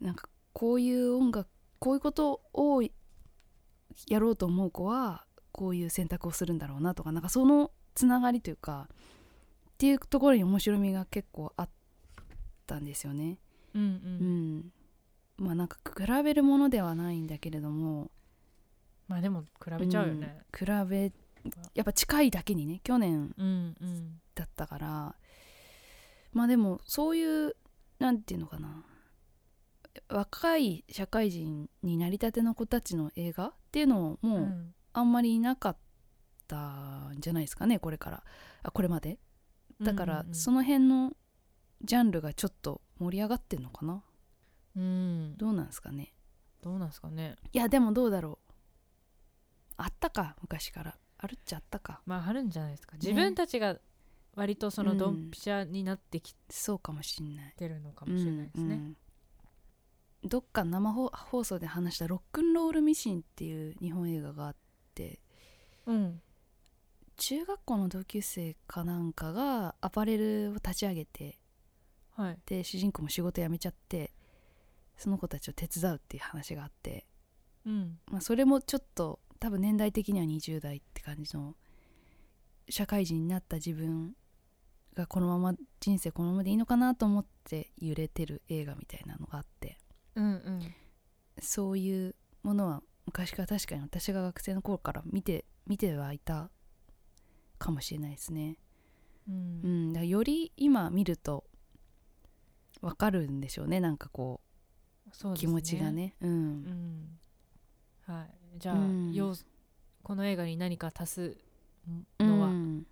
Speaker 3: なんかこういう音楽こういうことをやろうと思う子はこういう選択をするんだろうなとかなんかそのつながりというかっていうところに面白みが結構あったんですよね。
Speaker 2: うんう
Speaker 3: うんん、まあなんか比べるものではないんだけれども
Speaker 2: まあでも比べちゃうよね
Speaker 3: うん比べやっぱ近いだけにね去年
Speaker 2: うんうん
Speaker 3: だったからまあでもそういうなんていうのかな若い社会人になりたての子たちの映画っていうのも
Speaker 2: う
Speaker 3: もうんあんまりいなかったんじゃないですかねこれからあこれまでだからそ
Speaker 2: の
Speaker 3: の辺のジャンルがちょっと盛り上がってんのかな
Speaker 2: うん
Speaker 3: どうなんですかね
Speaker 2: どうなんですかね
Speaker 3: いやでもどうだろうあったか昔からあるっちゃあったか
Speaker 2: まああるんじゃないですか自分たちが割とそのドンピシャになってき
Speaker 3: そうかもしんない
Speaker 2: てるのかもしれないです
Speaker 3: う
Speaker 2: ね
Speaker 3: んうんどっか生放放送で話した「ロックンロールミシン」っていう日本映画があって
Speaker 2: うん
Speaker 3: 中学校の同級生かなんかがアパレルを立ち上げて
Speaker 2: はい
Speaker 3: で主人公も仕事辞めちゃってその子たちを手伝うっていう話があって、
Speaker 2: うん
Speaker 3: まあ、それもちょっと多分年代的には20代って感じの社会人になった自分がこのまま人生このままでいいのかなと思って揺れてる映画みたいなのがあって
Speaker 2: うんうん
Speaker 3: そういうものは昔から確かに私が学生の頃から見て見てはいたかもしれないですね。
Speaker 2: う
Speaker 3: うんん、だからより今見るとわかるんでしょうねなんかこ
Speaker 2: そう
Speaker 3: う
Speaker 2: です
Speaker 3: 気持ちがね。う、
Speaker 2: うんんはいじゃあ
Speaker 3: うん
Speaker 2: 要素この映画に何か足す
Speaker 3: うん
Speaker 2: のは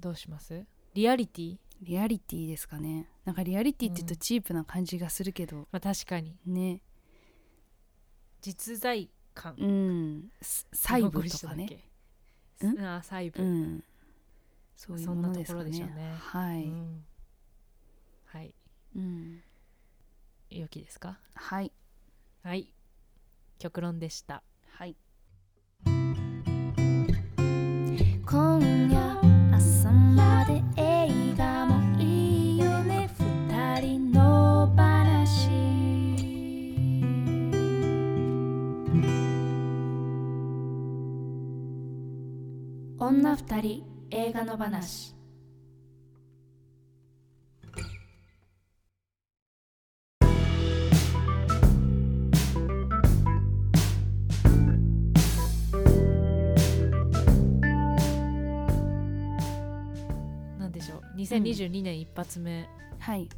Speaker 2: どうしますリアリティ
Speaker 3: リアリティですかねなんかリアリティって言うと
Speaker 2: うん
Speaker 3: チープな感じがするけど、
Speaker 2: まあ確かに
Speaker 3: ね、
Speaker 2: 実在感
Speaker 3: うん、す細
Speaker 2: 残
Speaker 3: 部
Speaker 2: り
Speaker 3: と
Speaker 2: した
Speaker 3: か
Speaker 2: だ
Speaker 3: ね。
Speaker 2: け
Speaker 3: ん
Speaker 2: ああ細
Speaker 3: う
Speaker 2: 部
Speaker 3: んそういうものですか
Speaker 2: そんなところ
Speaker 3: ね。
Speaker 2: でしょうね
Speaker 3: はい、
Speaker 2: うんはい
Speaker 3: うん
Speaker 2: 良きですか
Speaker 3: はい
Speaker 2: はい極論でした
Speaker 3: はい。
Speaker 1: 今夜朝まで映画もいいよね二人の話女二人映画の話
Speaker 2: なんでしょう2022年一発目、
Speaker 3: はい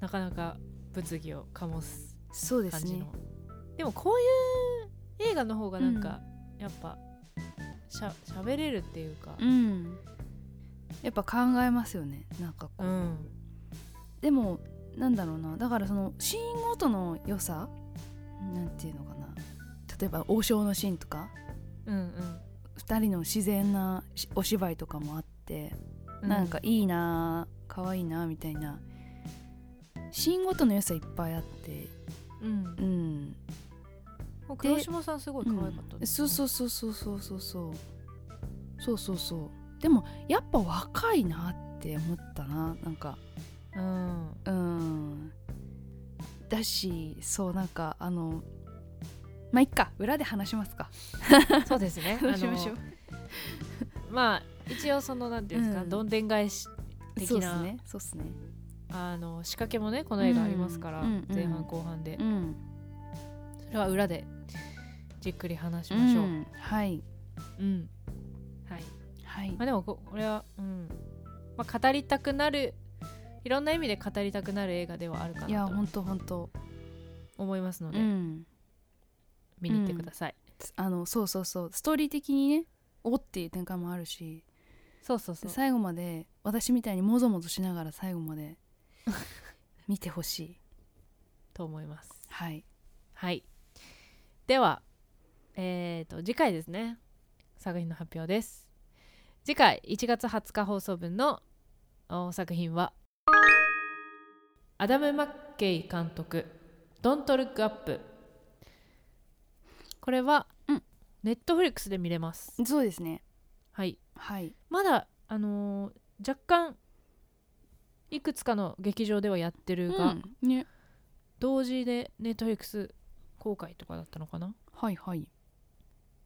Speaker 2: なかなか物議を醸す
Speaker 3: そうで
Speaker 2: 感
Speaker 3: す
Speaker 2: じ
Speaker 3: ね
Speaker 2: のでもこういう映画の方がなんか、やっぱしゃ喋れるっていうか
Speaker 3: うんやっぱ考えますよねなんかこう、
Speaker 2: うん
Speaker 3: でもなんだろうなだからそのシーンごとの良さなんていうのかな例えば王将のシーンとか
Speaker 2: うんうん
Speaker 3: 2人の自然なしお芝居とかもあって、
Speaker 2: う
Speaker 3: なんかいいなあ可愛いなあみたいなシーンごとの良さいっぱいあって
Speaker 2: うん
Speaker 3: うん
Speaker 2: もう黒島さんすごい可愛かった
Speaker 3: うんそうそううそうそうそうそうそうそうそうそうでもやっぱ若いなって思ったななんか
Speaker 2: うん
Speaker 3: うんだしそうなんかあのまあいっか裏で話します か
Speaker 2: そうです ね
Speaker 3: 話しましょう
Speaker 2: あのまあ一応そのなんていうんですか、
Speaker 3: うん
Speaker 2: どんでん返し的
Speaker 3: そうっ
Speaker 2: な、
Speaker 3: すねそうっすね
Speaker 2: あの仕掛けもねこの映画ありますから、
Speaker 3: うんうん
Speaker 2: 前半後半で、
Speaker 3: うん
Speaker 2: それは裏でじっくり話しましょう、
Speaker 3: んはい
Speaker 2: うんはい
Speaker 3: はい
Speaker 2: まあ、でもここれは、うんまあ、語りたくなるいろんな意味で語りたくなる映画ではあるか
Speaker 3: いや
Speaker 2: な
Speaker 3: ほ
Speaker 2: と
Speaker 3: んとほんと
Speaker 2: 思いますの
Speaker 3: う
Speaker 2: で、
Speaker 3: ん
Speaker 2: 見に行ってください、
Speaker 3: あのそうそうそうストーリー的にねおっていう展開もあるし
Speaker 2: そうそうそう
Speaker 3: 最後まで私みたいにもぞもぞしながら最後ま で見てほしい
Speaker 2: と思います
Speaker 3: はい
Speaker 2: はい。では、えー、と次回ですね作品の発表です次回1月20日放送分のお作品はアダム・マッケイ監督「ドントルックアップ」これは、
Speaker 3: うん
Speaker 2: ネットフリックスで見れます
Speaker 3: そうですね
Speaker 2: はい
Speaker 3: はい
Speaker 2: まだあのー若干いくつかの劇場ではやってるが、
Speaker 3: うんね
Speaker 2: 同時でネットフリックス公開とかだったのかな
Speaker 3: はいはい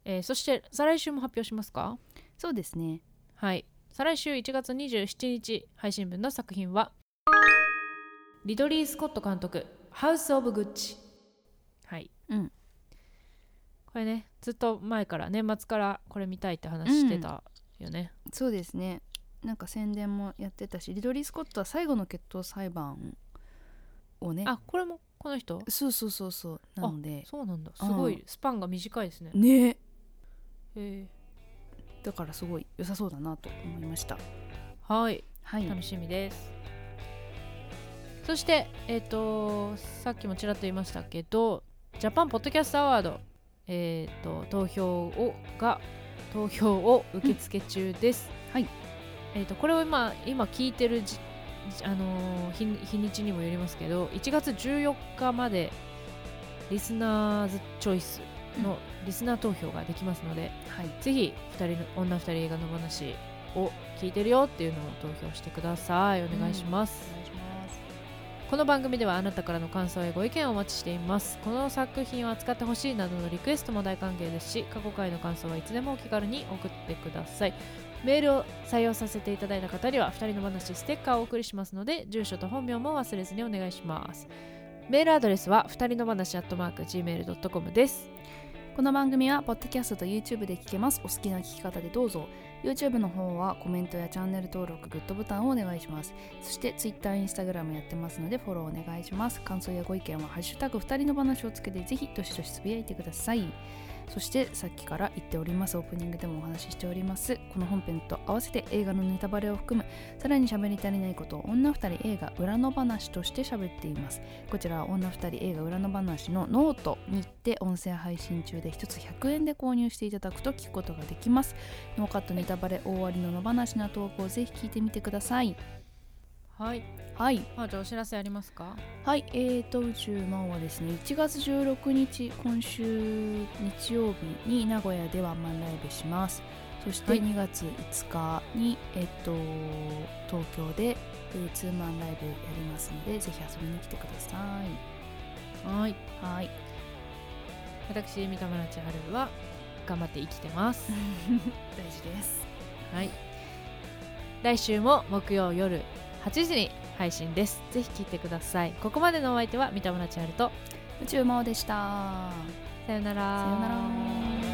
Speaker 2: えーそして再来週も発表しますか
Speaker 3: そうですね
Speaker 2: はい再来週1月27日配信分の作品はリドリー・スコット監督「ハウス・オブ・グッチ」はい、
Speaker 3: うん
Speaker 2: これねずっと前から年末からこれ見たいって話してたよね、
Speaker 3: そうですねなんか宣伝もやってたしリドリー・スコットは最後の決闘裁判をね
Speaker 2: あこれもこの人
Speaker 3: そうそうそうそうなので
Speaker 2: そうなんだす
Speaker 3: うん
Speaker 2: ごいスパンが短いですね、
Speaker 3: ね
Speaker 2: へ
Speaker 3: だからすごい良さそうだなと思いました
Speaker 2: ーはい
Speaker 3: はい
Speaker 2: 楽しみですそしてえっ、とさっきもちらっと言いましたけどジャパンポッドキャストアワードえっ、と投票をが投票を受付中です、
Speaker 3: うん はい
Speaker 2: えっ、とこれを今今聞いてるじじあのー日日にちにもよりますけど1月14日までリスナーズチョイスのリスナー投票ができますので、
Speaker 3: はい
Speaker 2: ぜひ二人の女2人映画の話を聞いてるよっていうのを投票してくださいお願いします、
Speaker 3: お願いします
Speaker 2: この番組ではあなたからの感想やご意見をお待ちしていますこの作品を扱ってほしいなどのリクエストも大歓迎ですし過去回の感想はいつでもお気軽に送ってくださいメールを採用させていただいた方には2人の話ステッカーをお送りしますので住所と本名も忘れずにお願いしますメールアドレスは2人の話アットマーク Gmail.com です
Speaker 3: この番組はポッドキャストと YouTube で聞けますお好きな聞き方でどうぞ YouTube の方はコメントやチャンネル登録グッドボタンをお願いしますそして Twitter、Instagram やってますのでフォローお願いします感想やご意見は「ハッシュタグ二人の話」をつけてぜひどしどしつぶやいてくださいそしてさっきから言っておりますオープニングでもお話ししておりますこの本編と合わせて映画のネタバレを含むさらに喋り足りないことを女二人映画裏の話として喋っていますこちらは女二人映画裏の話のノートにて音声配信中で1つ100円で購入していただくと聞くことができますノーカットネタバレ大ありの野放しな投稿をぜひ聞いてみてください
Speaker 2: はい
Speaker 3: はい
Speaker 2: まあじゃあお知らせありますか
Speaker 3: はいえーと宇宙マンはですね1月16日今週日曜日に名古屋でワンマンライブしますそして
Speaker 2: はい
Speaker 3: 2月5日に、えっと東京で、えーツーマンライブやりますのでぜひ遊びに来てください
Speaker 2: はい
Speaker 3: はい
Speaker 2: 私三田村千春は頑張って生きてます
Speaker 3: 大事です
Speaker 2: はい来週も木曜夜8時に配信ですぜひ聞いてくださいここまでのお相手は三田村千春と
Speaker 3: 宇宙魔王でした
Speaker 2: さよなら
Speaker 3: さよなら